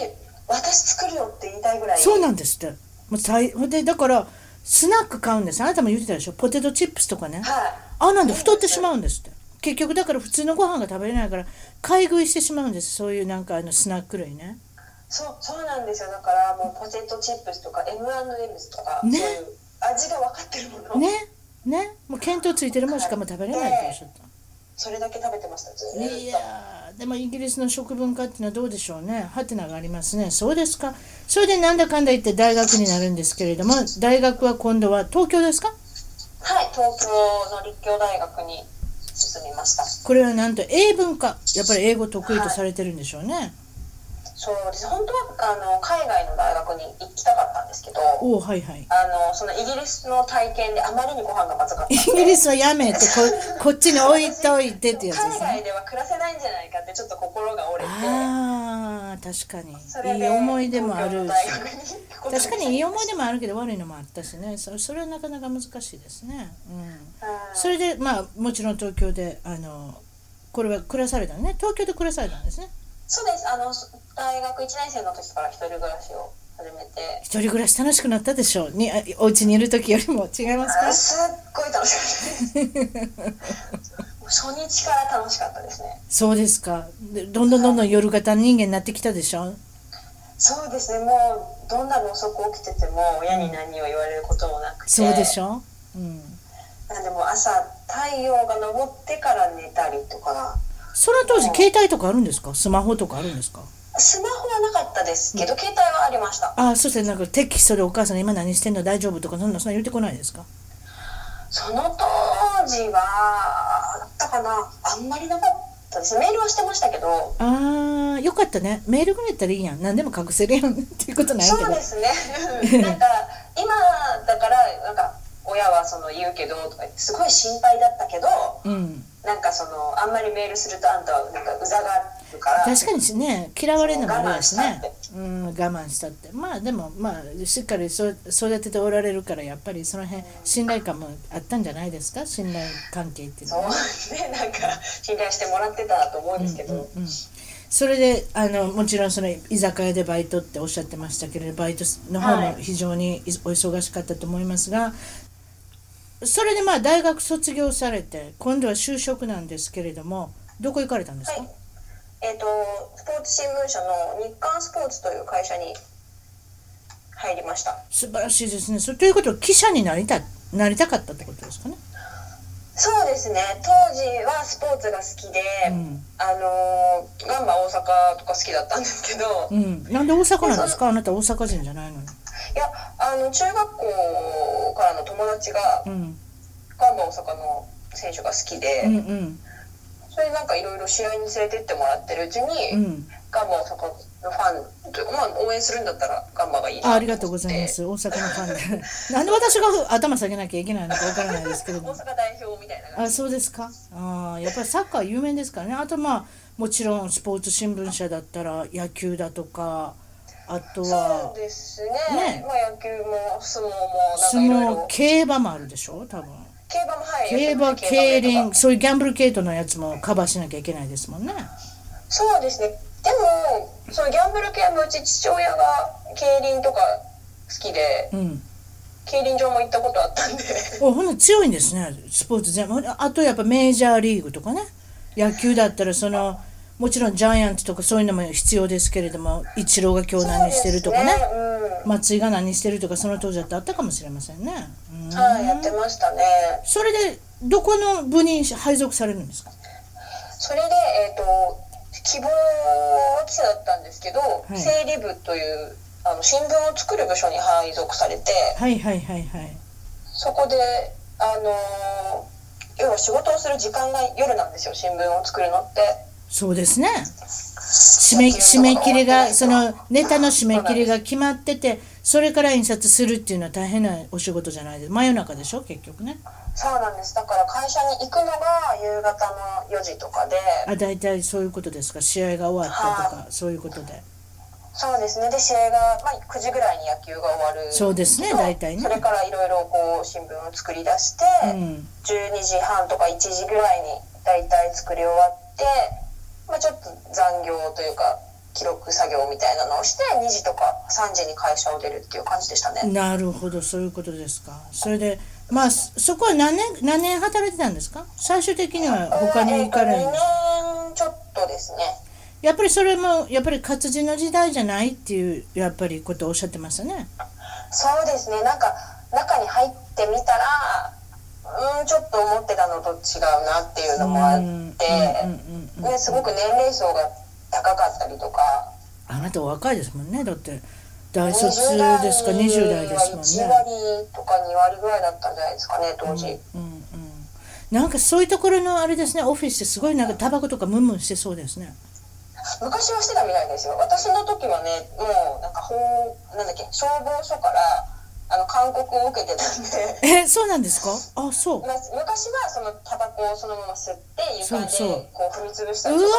私作るよって言いたいぐらい。
そうなんですってもう大ほんでだからスナック買うんですあなたも言ってたでしょポテトチップスとかね
はい。
あなんで太ってしまうんですって結局だから普通のご飯が食べれないから買い食いしてしまうんですそういうなんかあのスナック類ね
そうそうなんですよだからもうポテトチップスとか M&M's とか、
ね
そういう味が分かってるもの、
ねねもう見当ついてるもんしかもう食べれないっておっしゃっ
それだけ食べてましたず
た
ーっと
いやーでもイギリスの食文化っていうのはどうでしょうねハテナがありますねそうですかそれでなんだかんだ言って大学になるんですけれども大学は今度は東京ですか
はい東京の立教大学に進みました
これはなんと英文化やっぱり英語得意とされてるんでしょうね、
そうです本当はあの海外の大学に行きたかったんですけどあ
おおはいはい
のそのイギリスの体験であまりにご飯がまず
<laughs>
かったんで
イギリスはやめってここっちに置いといてってやつです
海
ね
外では暮らせないんじゃないかってちょっと心が折れて
ああ確か
それ
にい
で
い思い出もあるし
東京の大学に行くことに
確かにいい思い出もあるけど悪いのもあったしねそそれはなかなか難しいですね、うん、
はい
それでまあもちろん東京であのこれは暮らされたのね東京で暮らされたんですね
そうですあの大学1年生の時から一人暮らしを始めて
一人暮らし楽しくなったでしょうにあお家にいる時よりも違います
あ
か
すっごい楽しかったです初日から楽しかったですね
そうですかでどんどんどんどん夜型人間になってきたでしょ
そうですねもうどんなに遅く起きてても親に何を言われることもなくて
そうでしょ、うん、
なんでもう朝太陽が昇ってから寝たりとか
その当時携帯とかあるんですかスマホとかあるんですか
スマホはなかったですけど、携帯はありました
ああそしてなんかテキストでお母さん今何してんの大丈夫とかそんなそんな言ってこないですか
その当時はあったかなあんまりなかったですメールはしてましたけど
ああよかったねメールぐらいやったらいいやん何でも隠せるやんっていうことないけ
そう
ど
ですねなんか今だからなんか親はその言うけどとか言ってすごい心配だったけど
うん
なんかそのあんまりメールするとあんたはなんかうざがるから
確かにしね嫌われるのもあれやしね
我慢
うん我慢したってまあでもまあしっかりそ育てておられるからやっぱりその辺信頼感もあったんじゃないですか信頼関係っていうの
そう
は
ねなんか信頼してもらってたと思うんですけど、
うんうんそれであのもちろんその居酒屋でバイトっておっしゃってましたけれどバイトの方も非常にいお忙しかったと思いますが、それでまあ大学卒業されて今度は就職なんですけれどもどこ行かれたんですか、
はいえっ、とスポーツ新聞社の日刊スポーツという会社に入りました
素晴らしいですねそということは記者になりたなりたかったってことですかね
そうですね当時はスポーツが好きで、
うん
あのーガンバ大阪とか好きだったんですけど、
う
い
んなんで大阪なんですかあなた大阪人じゃないのに
やあの中学校からの友達が
うん
ガンバ大阪の選手が好きで、
うんうん
それでなんかいろいろ試合に連れてってもらってるうちに、
うん
ガンバ大阪のファンというか、まあ、応援するんだったらガンバがいいなと思って
あありがとうございます大阪のファ
<laughs>
ンでなんで私が頭下げなきゃいけないのかわからないですけれ
大
ども
阪代表みたいな感
あ
じ
そうですかあーやっぱりサッカー有名ですからねあとまあもちろんスポーツ新聞社だったら野球だとかあと
そ
は
うですね
ね
まあ野球も相撲もなんか
相
いろい
撲
ろ
競馬もあるでしょ多分
競馬もはい
競馬
やってますね
競
競馬
輪そういうギャンブル系統のやつもカバーしなきゃいけないですもんね
そうですね。でも、そのギャンブル系もうち父親が競輪とか好きで、
うん
競輪場も行ったことあったんで。
おほんの強いんですねスポーツ全部ほんであとやっぱメジャーリーグとかね野球だったらそのもちろんジャイアンツとかそういうのも必要ですけれどもイチローが今日何してるとかね
そうですね
松井が何してるとかその当時だってあったかもしれませんね、うん
うん。はい、やってましたね。
それでどこの部に配属されるんですか
それで、えっ、と、希望記者だったんですけど、
い
整理部という、あの新聞を作る部署に配属されて、
はいはいはいはい
そこで、あのー要は仕事をする時間が夜なんですよ、新聞を作るのって。
そうですね締め締め切りがそのネタの締め切りが決まっててそれから印刷するっていうのは大変なお仕事じゃないです真夜中でしょ結局ね
そうなんですだから会社に行くのが夕方の4時とかで
あ大体そういうことですか試合が終わったとかそういうことで
そうですねで試合が、まあ、9時ぐらいに野球が終わる
そうですね
けど
大体ね
それからいろいろこう新聞を作り出して、
うん
12時半とか1時ぐらいに大体作り終わって、まあ、ちょっと残業というか記録作業みたいなのをして2時とか3時に会社を出るっていう感じでしたね、
なるほどそういうことですかそれでまあそそこは何年何年働いてたんですか最終的には他に行かれるんですか
2年ちょっとですね
やっぱりそれもやっぱり活字の時代じゃないっていうやっぱりことをおっしゃってましたね
そうですねなんか中に入ってみたらうーんちょっと思ってたのと違うなっていうのもあっ
う
て、
んうんうんうん
ね、すごく年齢層が高かったりとか
あなたお若いですもんねだって大卒
20代
ですか20代ですもんね
は1割とか2割ぐらいだったんじゃないですかね当時、
うんうんなんかそういうところのあれですねオフィスってすごいなんかタバコとかムンムンしてそうですね
昔はしてたみたいですよ私の時はねもうなんか法なんだっけ消防署からあの勧告を受けてたん
<laughs>
で
えそうなんですかあそう
まあ昔はそのタバコをそのまま吸って床で
そうそう
こう踏み潰した
う
り
わ
とか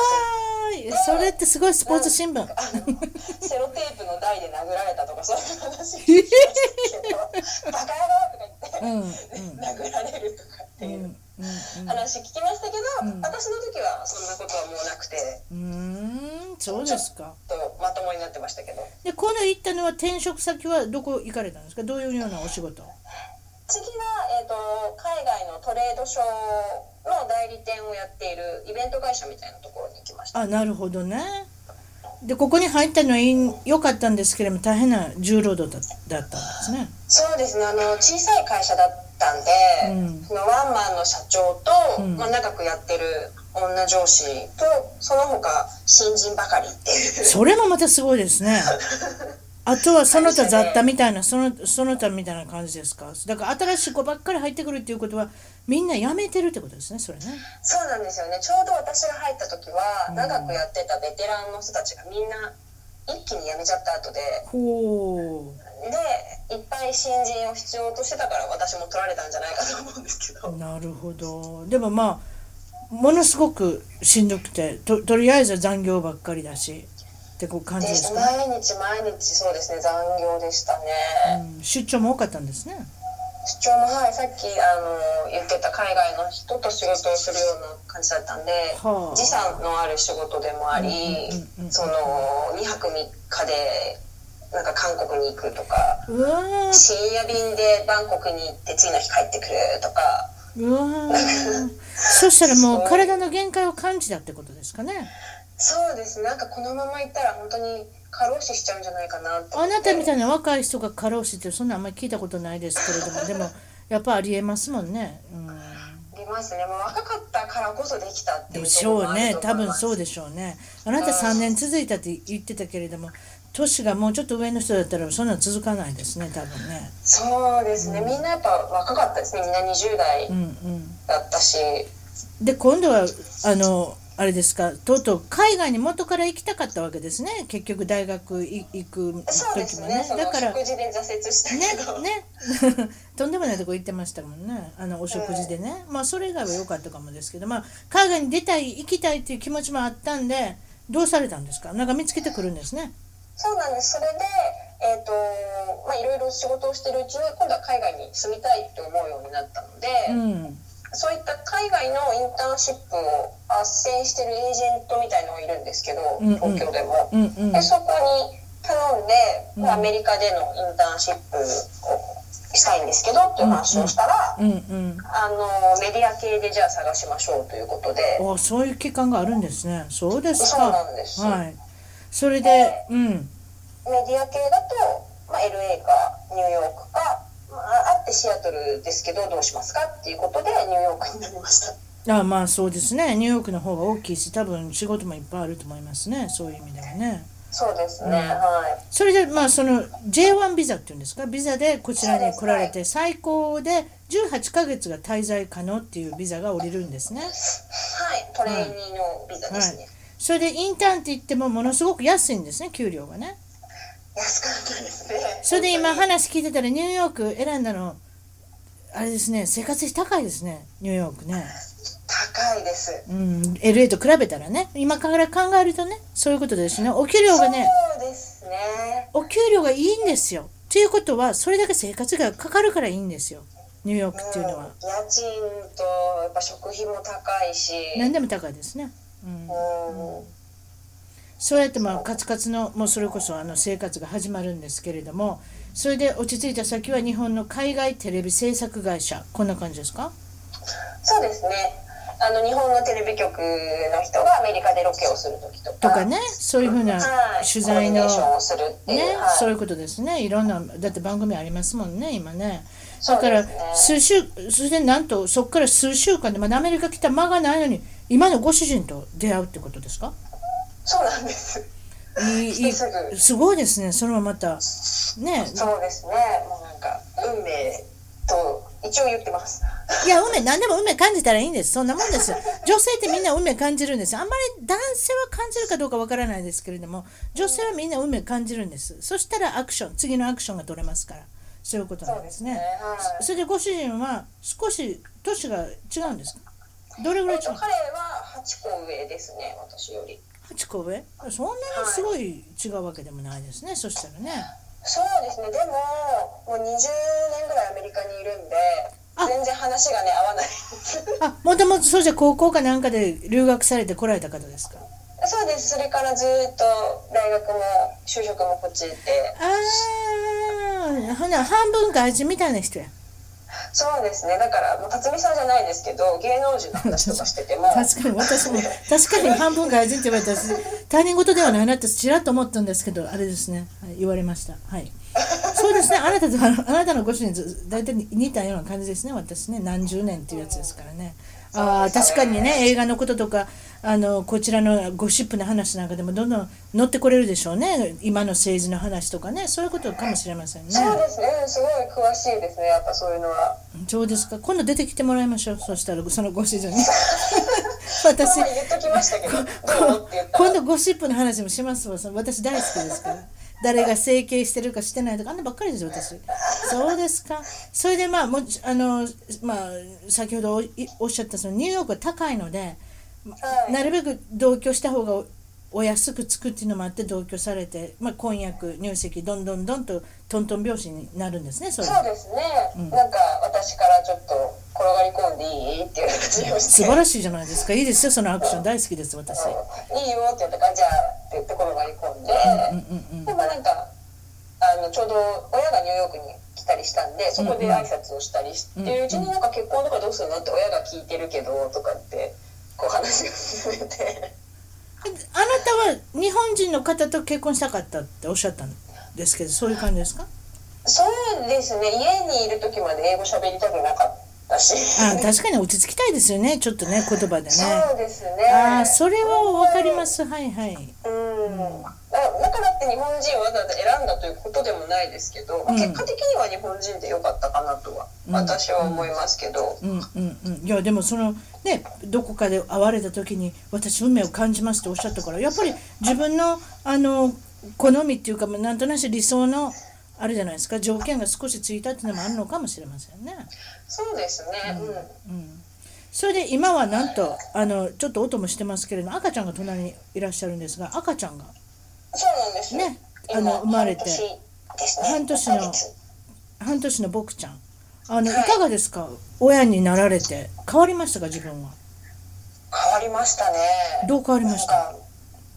ーそれってすごいスポーツ新聞
して、あのセロテープの台で殴られたとかそういう話聞きましたけどバカ野郎とか
う
言
んうん
って、殴られるとかって
うん
いうう。
ん
話聞きましたけど、
うん
私の時はそんなことはもうなくて
うんうーんそうですか
とまともになってましたけど
でこの行ったのは転職先はどこ行かれたんですかどういうようなお仕事
次は、えー、と海外のトレードショーの代理店をやっているイベント会社みたいなところに行きました
あなるほどねでここに入ったのはいい良かったんですけれども大変な重労働だだったんですね
そうですねあの小さい会社だったんで、
うん
そのワンマンの社長
う
と、
ん
まあ、長くやってる女上司とその他新人ばかりってい
<laughs>
う
それもまたすごいですねあとはその他雑多みたいなそのその他みたいな感じですかだから新しい子ばっかり入ってくるっていうことはみんな辞めてるってことですねそれね
そうなんですよねちょうど私が入った時は長くやってたベテランの人たちがみんな一気に辞めちゃった後で
ほ
でいっぱい新人を必要としてたから私も取られたんじゃないかと思うんですけど
うなるほどでもまあものすごくしんどくてととりあえずは残業ばっかりだしってこう感じ
で
ですか、
毎日毎日そうですね残業でしたね、
うん、出張も多かったんですね
出張もはいさっきあの言ってた海外の人と仕事をするような感じだったんで、
はあ
時差のある仕事でもあり、
うんうんうん
その2泊3日でなんか韓国に行くとか。
うわー
深夜便でバンコクに行って次の日帰ってくるとか
うわーそしたらもう体の限界を感じたってことですかね
そうですねなんかこのまま行ったら本当に過労死しちゃうんじゃないかなって思
あ
って
なたみたいな若い人が過労死ってそんなあんまり聞いたことないですけれどもでもやっぱありえますもんね、う
ありますねもう若かったからこそできたっ
ん、
て
で
いう
し
とこ
ょ
ろも
う
ある
ね
と
多
思い
分
ます
そうでしょうねあなた3年続いたって言ってたけれども年がもうちょっと上の人だったらそんなの続かないですね多分ね
そうですねみんなやっぱ若かったですねみんな20代
うんうん
だったし、
で今度はあのあれですかとうとう海外に元から行きたかったわけですね結局大学い行く
そうで
時
す
も
ね
ね
その
だから
食事で挫折した
ね <laughs>
けど、
ねとんでもないとこ行ってましたもんねあのお食事でね、まあそれ以外は良かったかもですけど、まあ、海外に出たい行きたいっていう気持ちもあったんでどうされたんですかなんか見つけてくるんですね
そうなんですそれでえっ、とまあいろいろ仕事をしてるうちに今度は海外に住みたいって思うようになったので、
うん
そういった海外のインターンシップを斡旋してるエージェントみたいのがいるんですけど、
うんうん
東京でも。
うんうん
でそこに頼んで、
うん
まあアメリカでのインターンシップをしたいんですけどっていう話をしたら、
うんうん
あのメディア系でじゃあ探しましょうということで、
おそういう期間があるんですねそうです
そう
か
なんです、
はいそれでうん
メディア系だと、まあ、LA かニューヨークか、まあ、あってシアトルですけどどうしますかっていうことでニューヨークになりました。
あまあそうですねニューヨークの方が大きいし多分仕事もいっぱいあると思いますねそういう意味ではね
そうです
う
ね、
ん
はい
それでまあその J1 ビザっていうんですかビザでこちらに来られて最高で18ヶ月が滞在可能っていうビザが降りるんですね
はい、トレーニーのビザですね。
それでインターンって言ってもものすごく安いんですね給料がね
安かったですね。
それで
<laughs>
今
本
話聞いてたらニューヨーク選んだのあれですね生活費高いですねニューヨークね
当に高いです。
うん LA と比べたらね今から考えるとねそういうことですねお給料がね
そうですね。
お給料がいいんですよということはそれだけ生活費がかかるからいいんですよニューヨークっていうのは。
うん家賃とやっぱ食費も高いし、
何でも高いですね、うん
う、ん、
そうやってまあカツカツのもうそれこそあの生活が始まるんですけれどもそれで落ち着いた先は日本の海外テレビ制作会社こんな感じですか
そうですね。あの日本のテレビ局の人がアメリカでロケをする時とか、
とかねそういうふうな
はい、
取材
コーディネ
の
ーションをするっていう、
ね
はい、
そういうことですねいろんなだって番組ありますもんね今ね
そ
だ
うで
か
すね
ら数週それでなんとそこから数週間でまだアメリカ来た間がないのに今のご主人と出会うってことですか
そうなんです。
いいいい
すぐ
すごいですねそれはまたね
そうですね。もうなんか運命と一応言ってます。
いや、運命、何でも運命感じたらいいんです。そんなもんですよ。女性ってみんな運命感じるんですよ。あんまり男性は感じるかどうかわからないですけれども、女性はみんな運命感じるんです。そしたらアクション、次のアクションが取れますから。そういうことなんですね。
はい
それでご主人は少し年が違うんですかどれぐらい違う
彼
の
は8個上ですね私より
?8 個上そんなにすごい違うわけでもないですね。そしたらね。
そうですねでももう20年ぐらいアメリカにいるんで
あ
全然話がね合わない <laughs> そ
あ、もともとそうじゃ高校かなんかで留学されて来られた方ですか
うですそれからずっと大学も就職もこっち行って
ああ、ほな、半分外人みたいな人や。
そうですねだからもう辰巳さんじゃないですけど芸能人の話とかして
<laughs>
ても
確かに、私も、確かに半分外人って言われたら、他人事ではないなってちらっと思ったんですけど、あれですね、はい、言われました。はい。そうですね、あなたとあのあなたのご主人ず、大体似たような感じですね、私ね、何十年っていうやつですからね。ああ、確かにね、映画のこととか、あの、こちらのゴシップの話なんかでも、どんどん乗ってこれるでしょうね。今の政治の話とかね、そういうことかもしれませんね。
そうですねすごい詳しいですねやっぱそういうのは
そうですか。今度出てきてもらいましょう。そしたらそのご主人に。 <laughs> 私
まあ言っときましたけどどうって言ったら
今度ゴシップの話もしますわ。その私大好きですから。誰が整形してるかしてないとかあんなばっかりですよ私。そうですか。それでまあもちあのまあ先ほどおいおっしゃったそのニューヨークは高いので、
はい
なるべく同居した方がおお安くつくっていうのもあって同居されて、まあ婚約入籍どんどんどんとトントン拍子になるんですね。それ
そうですね、なんか私からちょっと転がり込んでいいっていう感じをし
素
て
晴らしいじゃないですか。いいですよ、そのアクション大好きです、私。
いいよって言ったからじゃあって言って転がり込んで、でもなんかあのちょうど親がニューヨークに来たりしたんでそこで挨拶をしたりしてるうちになんか結婚とかどうするのって親が聞いてるけどとかってこう話が進めて。
あなたは日本人の方と結婚したかったっておっしゃったんですけど、そういう感じですか
そうですね家にいる時まで英語喋りたくなかったし
あ確かに落ち着きたいですよね、ちょっとね、言葉でね。
そうですね
あそれは分かります。はいはい。
うんだだからって日本人をわざわざ選んだということでもないですけど、まあ結果的には日本人で良かったかなとは私は思いますけど、
うんうんうん。いや、でもその、ね、どこかで会われた時に、私、運命を感じますっておっしゃったから、やっぱり自分の、あの、好みっていうか、まあなんとなし理想の、あれじゃないですか、条件が少しついたっていうのもあるのかもしれませんね。
そうですね、うん
それで今はなんとあのちょっと音もしてますけれども赤ちゃんが隣にいらっしゃるんですが赤ちゃんが
そうなんですよ
ねあの生まれて
半年です
半
ね
年
五ヶ
の
月
半年の僕ちゃんあのいかがですか親になられて変わりましたか自分は
変わりましたね
どう変わりました
なんか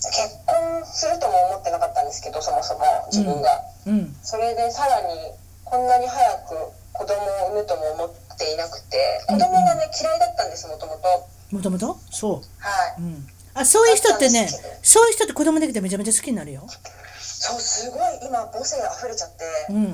結婚するとも思ってなかったんですけどそもそも自分が、
うん
それでさらにこんなに早く子供を産むとも思っていなくて子供がね嫌いだったんですもともと
もともとそう
はい、
うんあそういう人ってねそういう人って子供できてめちゃめちゃ好きになるよ
そうすごい今母性溢れちゃって、
うん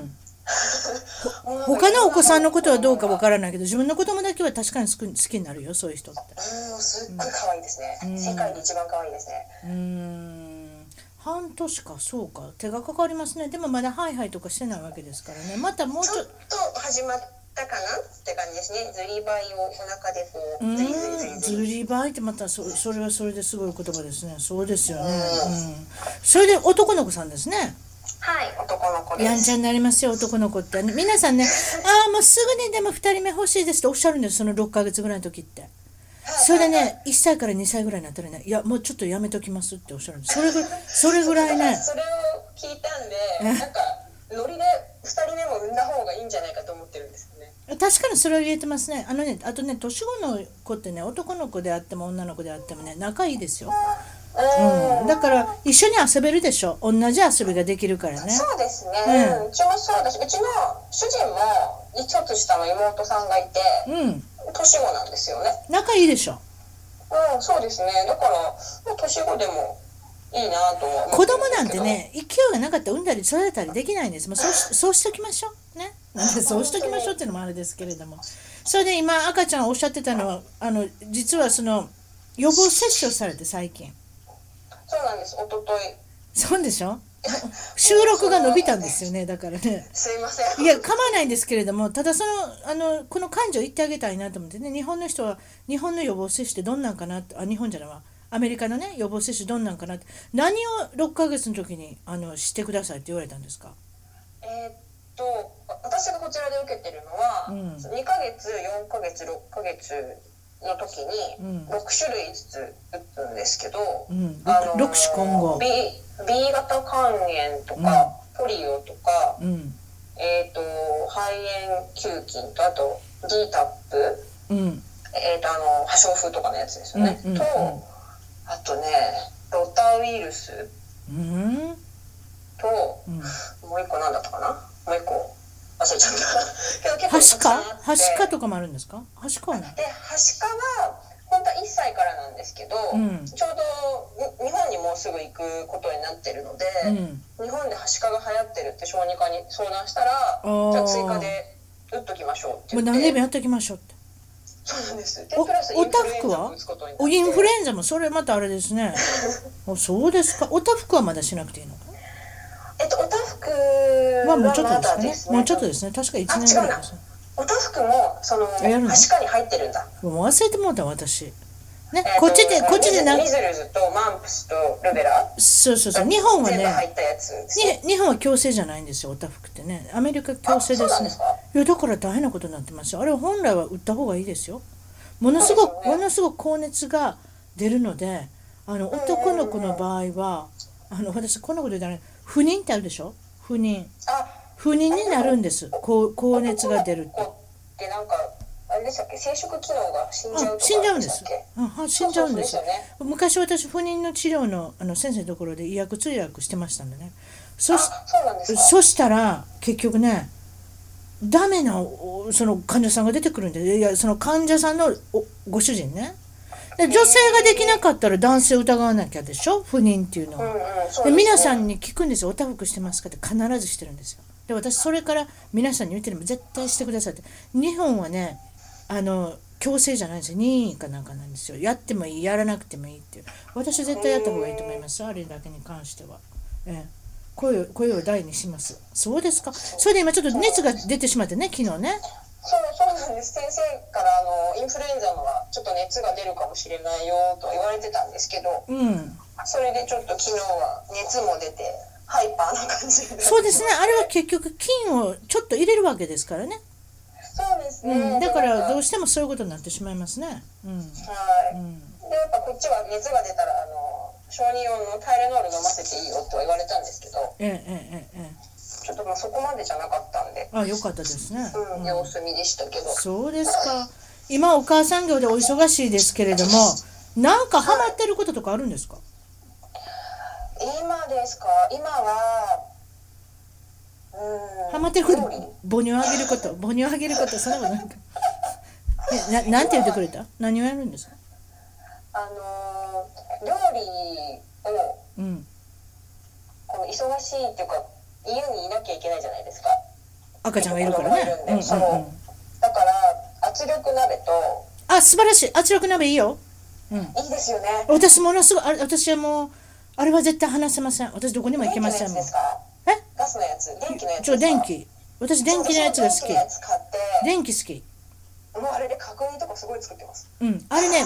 もうなん
<laughs>
か
他のお子さんのことはどうかわからないけど自分の子供だけは確かに好き好きになるよそういう人って
うんもうすっごい可愛いですね、世界で一番可愛いですね
うーん半年かそうか手がかかりますねでもまだハイハイとかしてないわけですからねまたもう
ち
ち
ょ
ょ
っ
っと
と始まったかなって感じですねずりばいをお腹でこ
う
うずりずりず
ん
りずり
ずりばいってまたそそれはそれですごい言葉ですねそうですよね、うん、それで男の子さんですね
はい男の子で
やん
す
ちゃになりますよ男の子って皆さんねああもうすぐにでも2人目欲しいですっておっしゃるんですその6ヶ月ぐらいの時ってそれでね1歳から2歳ぐらいになったらねいやもうちょっとやめときますっておっしゃるんですそれぐそれぐらい
だか
ね
それを聞いたんでなんかノリで2人目も産んだ方がいいんじゃないかと思ってるんですよね
確かにそれは言えてますねあのねあとね年子の子ってね男の子であっても女の子であってもね仲いいですよ、
うん、
うん、だから一緒に遊べるでしょ同じ遊びができるからね
そうですね、
う
うん、うちもそうだしうちの主人も一つ下の妹さんがいて、
うん
年子なんですよね
仲いいでしょ
うんそうですねだからもう年子でもいいなとは思
子
ってる
供
です
なん
け
て
ど
ね勢いがなかったら産んだり育てたりできないんですもうそうしそうしときましょうねなんでそうしときましょうっていうのもあれですけれどもそれで今赤ちゃんおっしゃってたのはあの実はその予防接種をされて最近
そうなんです一昨日
そうでしょ収録が伸びたんですよねだからね
すいません
いや構わないんですけれどもただそのあのこの感情言ってあげたいなと思ってね日本の人は日本の予防接種ってどんなんかなってあ日本じゃないわアメリカのね予防接種どんなんかなって何を6ヶ月の時にあのしてくださいって言われたんですか
えーっとわ私がこちらで受けてるのは、
うん
2ヶ月4ヶ月6ヶ月の時
うん
に6種類ずつ打つんですけど、
うん
あのー
ろく種混合
B, B 型肝炎とか、ポリオとか、
うん
えーっと肺炎球菌とあと DTAP
うん
えー、とあの破傷風とかのやつですよね、
うんうんうん
とあとねロタウイルス
うん
と、
うん
もう一個なんだったかなもう一個忘れちゃった <laughs> けど
は
結
し
構た
か
くさんあって
はしかとかもあるんですかはしかはない
ではしかは本当は1歳からなんですけど、
うん
ちょうどに日本にもうすぐ行くことになってるので、
うん
日本ではしかが流行ってるって小児科に相談したら
ー
じゃあ追加で打っときましょうって
も
言
う
って
何でもやっておきましょうって
そうなんですで
お
プラスインフルエンザも打つことになって
おインフルエンザもそれまたあれですねおそうですかおたふくはまだしなくていいのかな
えっと、おたふく
まあ
は
もうちょっ
ま
と
だ
で
ですす
ね。
ね。
もうちょっとですね。確か1年ぐらいですね。
おたふくも、その、
やるの
はしかに入ってるんだ。
もう忘れてもうた私。ね
えっ、と
こっちで、こっちでな
ミ、ズミズルズとマンプスとルベラ。
そうそうそう。日本は
全部入
ね、
ったやつですね。
に日本は強制じゃないんですよ、おたふくってね。アメリカ強制
あそ
で
うな
す
ん
ね
ですか。
いや、だから大変なことになってますよ。あれ本来は売った方がいいですよ。ものすご
そうで
く、
すね
ものすごく高熱が出るので、あの、男の子の場合は、あの、私、こんなこと言ったら、不妊ってあるでしょ不妊。
あ、
不妊になるんです。高高熱が出るって
男。の子ってなんか、あれでしたっけ生殖機能が死んじゃうと
あ
か。
死んじゃうんです
でしたっけ。
うんあ死んじゃうんです
そうそうそうです
昔私不妊の治療のあの先生のところで医薬通訳してましたんでねそ
あ、
し
そうなんですか。
そしたら結局ねダメなおその患者さんが出てくるんでいやその患者さんのおご主人ねで女性ができなかったら男性を疑わなきゃでしょ不妊っていうのは。
うんうん、そう
で
です、ね。
皆さんに聞くんですよ「おたふくしてますか?」って必ずしてるんですよで私それから皆さんに言ってるのも絶対してくださいって日本はねあの強制じゃないんですよ任意かなんかなんですよやってもいいやらなくてもいいっていう私絶対やった方がいいと思いますあれだけに関しては、ええ、声を声を大にしますそうですかそれで今ちょっと熱が出てしまってね昨日ね
そう、そうなんです。先生から、あの、インフルエンザのは、ちょっと熱が出るかもしれないよと言われてたんですけど。
うん
それでちょっと昨日は熱も出てハイパーな感じで
そうですねあれは結局菌をちょっと入れるわけですからね、
そうですね、
うん、だか
でなん
ら
か
どうしてもそういうことになってしまいますねうん
はい、
うん
でやっぱこっちは熱が出たらあの小児用のタイレノール飲ませていいよとは言われたんですけど
ええええええ
ちょっとまあそこまでじゃなかったんで、
あ良かったですね、
うん
うん
様子見でしたけど
そうですか今お母さん業でお忙しいですけれどもなんかハマってることとかあるんですか
今ですか今はうん
ハマってること
料理
母乳をあげること母乳をあげることそんなことなんかえななんて言ってくれた何をやるんですか
あの料理を
うん
この忙しいっていうか家にいなきゃいけないじゃないですか
赤ちゃんがいるからねうんうん
そう
うん
だから圧力鍋と
あ素晴らしい圧力鍋いいよ
いいですよね
私ものすごいあれ私はもうあれは絶対話せません私どこにも行けませんもん
電気のやつですか
え
ガスのやつ電気のやつ
ちょ電気私電気のやつが好
電気のやつ買っ
き
て
電気好き
もうあれで角煮とかすごい作ってます
うん、あれね、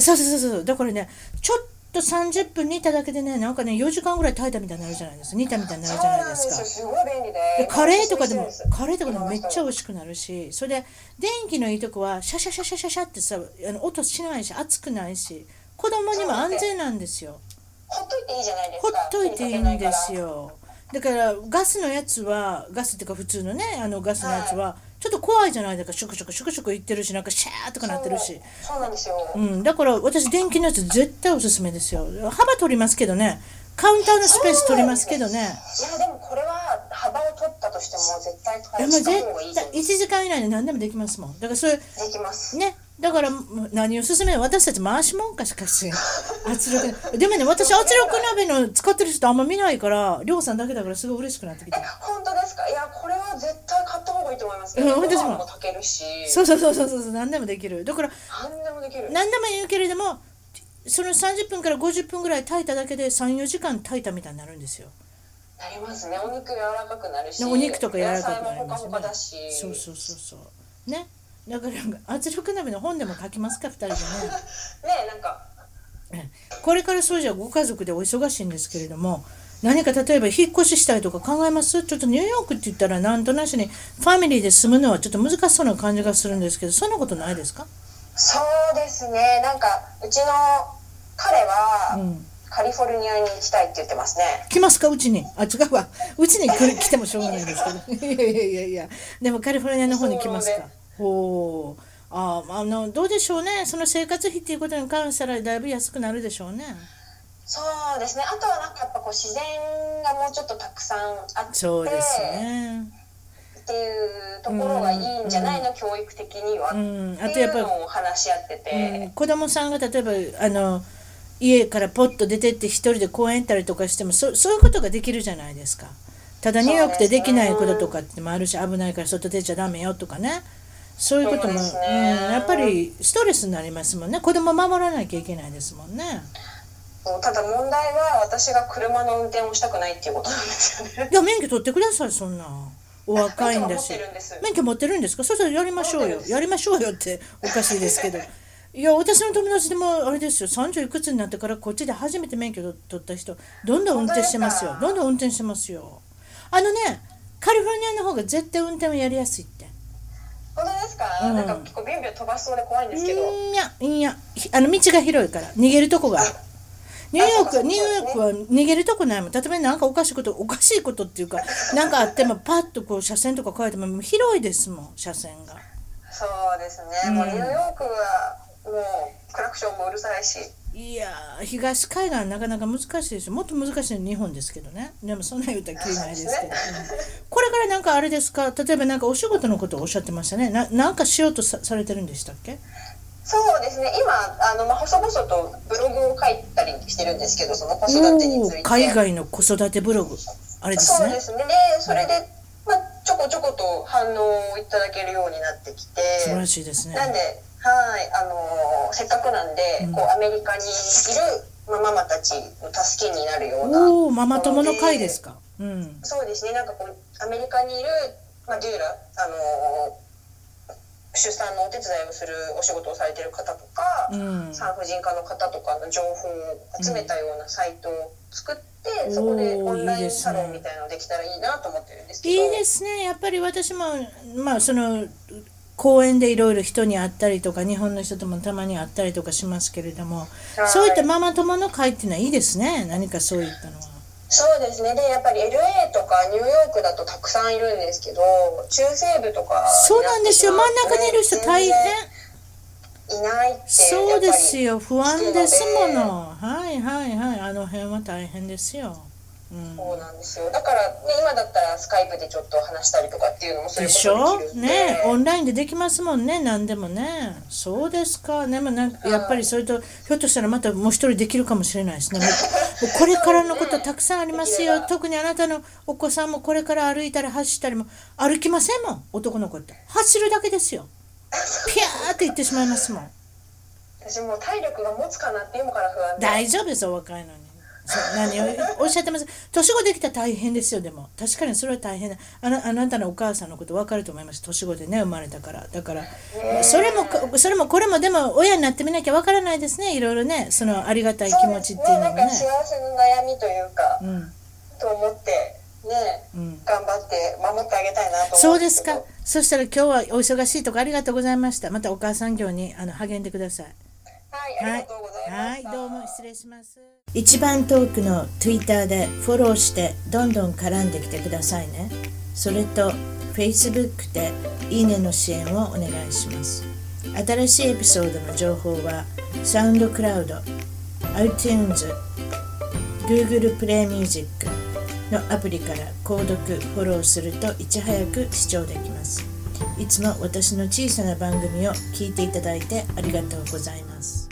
そうそうそうそう、だからね、ちょっと30分煮ただけでね、なんかね、4時間ぐらい炊いたみたいになるじゃないですか、煮たみたいにな
そう
るじゃな
ないん
で
です
か。
すよすごい便利で
でカレーとかで
今
も
私もしてるんです
カレーとかでもめっちゃ美
今の人
味しくなるしそれで電気のいいとこはシャシャシャシャシャシャってさあの音しないし熱くないし子供にも安全なんですよ
ほっといていいじゃないです
ほっ
か
といていいんです
よ
よだからガスのやつはガスっていうか普通のねあのガスのやつはちょっと怖いじゃないだからシュクシュクシュクシュクいってるしなんかシャーとかなってるし
そうなんですよ
うん、だから私電気のやつ絶対おすすめですよ幅取りますけどねカウンターのスペース取りますけどね
いやでもこれは幅を取ったとしても絶対
いや
買
もう
い
絶
した
対
方がいいと思う
1時間以内で何でもできますもんだからそれ
できます
ねだからもう何を勧める私たち回しもんかしかし圧力でもね私圧力鍋の使ってる人あんま見ないからりょうさんだけだからすごい嬉しくなってきて
本当ですかいやこれは絶対買った方がいいと思いますけ
うん
どご
私も
飯も炊けるし
そうそうそうそうそう何でもできるだから
何でもできる
何でも言うけれどもその30分から50分ぐらい炊いただけで34時間炊いたみたいになるんですよ
なりますねお肉柔らかくなるし
でお肉とか柔らかくなります
野菜もほかほ
ね
かだし
そうそうそうそうねだから圧力鍋の本でも書きますか2人でね <laughs>
<laughs> ねなんか
これからそうじゃご家族でお忙しいんですけれども何か例えば引っ越ししたいとか考えますちょっとニューヨークって言ったらなんとなしにファミリーで住むのはちょっと難しそうな感じがするんですけどそんなことないですか、
そうですねなんかうちの彼は、
うん、
カリフォルニアに行きたいって言ってますね
来ますかうちにあ違うわうちに来る来てもしょうがないんですけど <laughs> いやいやいやいやでもカリフォルニアの方に来ます
そう
か
ね
ほうああのどうでしょうねその生活費っていうことに関したらだいぶ安くなるでしょうね
そうですねあとはなんかやっぱこう自然がもうちょっとたくさんあって
そうですね
っていうところがいいんじゃないの、教育的には、
うんあ
っ
と
てい
やっ
う
ぱり
のを話し合って
うん
て、
子供さんが例えばあの家からポッと出てって一人で公園行ったりとかしてもそそういうことができるじゃないですかただニューヨークでできないこととかってもあるし危ないから外出ちゃダメよとかねそういうことも、
そうです
うん、
ね
やっぱりストレスになりますもんね子供守らなきゃいけないですもんね
そうただ問題は私が車の運転をしたくないっていうことなんですよね <laughs>
いや免許取ってくださいそんなお若いんだし
免許は持ってるんです
免許持ってるんですかそしたらやりましょう
持ってる
よ
んです
やりましょうよっておかしいですけどいや私の友達でもあれですよ30いくつになってからこっちで初めて免許取取った人どんどん運転してますよ
本当ですか
どんどん運転してますよあのねカリフォルニアの方が絶対運転をやりやすいって
本当ですか、
うん
なんか結構ビュンビュン飛ばしそうで怖いんですけど、
いんやいんやひあの道が広いから逃げるとこがあるニューヨークは
あそうかそうか
ニューヨークは逃げるとこないもん例えばなんかおかしいことおかしいことっていう
<laughs>
かなんかあってもパッとこう車線とか変えても広いですもん車線が
そうですね、もうニューヨークはもうクラクションもうるさいし
いやー東海岸はなかなか難しいですよもっと難しいのは日本ですけどねでもそんな言うたらきりないですけど、うんこれからなんかあれですか例えばなんかお仕事のことをおっしゃってましたねななんかしようとさされてるんでしたっけ
そうですね今あの、まあ、細々とブログを書いたりしてるんですけどその子育てにつ
お
い
ー
て
海外の子育てブログあれです
そう
ね
ですねでそれで、まあ、ちょこちょこと反応をいただけるようになってきて
素晴らしいですね
なんではいあのーせっかくなんで、こうアメリカにいるまあママたちの助けになるような
おおママ友の会ですか。うん。
そうですねなんかこうアメリカにいる、まあ、デューラあのー出産のお手伝いをするお仕事をされてる方とか、
うん
産婦人科の方とかの情報を集めたようなサイトを作って、
うん
そこで
おー
オンラ
いい
イ
で
ン
すね
サロンみたいなのできたらいいなと思ってるんですけど
いいですね。やっぱり私もまあその公園でいろいろ人に会ったりとか日本の人ともたまに会ったりとかしますけれども、
はい
そういったママ友の会っていうのはいいですね。何かそういったのは。
そうですねでやっぱり LA とかニューヨークだとたくさんいるんですけど中西部とか
そうなんですよ。真ん中にいる人大変。
変いないって
そうです
やっ
よ。不安ですもの。はいはいはい。あの辺は大変ですよ。うん
ぱり。そうなんですよだから、ね、今だったらスカイプでちょっと話したりとかっていうのもそうい
で
う
し
こと
ょ
もできるんで
ねオンラインでできますもんね何でもねそうですかでもなんかやっぱりそれとひょっとしたらまたもう一人できるかもしれないですねもうもうこれからのことたくさんあります
できれ
よ
ば
特にあなたのお子さんもこれから歩いたり走ったりも歩きませんもん男の子って走るだけですよピャーって行ってしまいますもん
私もう体力が持つかなって今から不安で
大丈夫ですお若いのにそう何をおっしゃってます年子できたら大変ですよでも確かにそれは大変だあなあなたのお母さんのこと分かると思います年子でね生まれたからだからまあそれもこそれもこれもでも親になってみなきゃ分からないですねいろいろねそのありがたい気持ちっていうの
そ
も
う
ね
ですねなんか幸せの悩みというか、
うん
と思ってね、
うん
頑張って守ってあげたいなと
そ
思
うんですか
けど
そしたら今日はお忙しいとこありがとうございましたまたお母さん業にあの励んでください
はいありがとうございま
は
し
い、
た、
どうも失礼します。一番トークの Twitter でフォローしてどんどん絡んできてくださいね。それと Facebook でいいねの支援をお願いします。新しいエピソードの情報は SoundCloud、iTunes、Google Play Music のアプリから購読フォローするといち早く視聴できます。いつも私の小さな番組を聞いていただいてありがとうございます。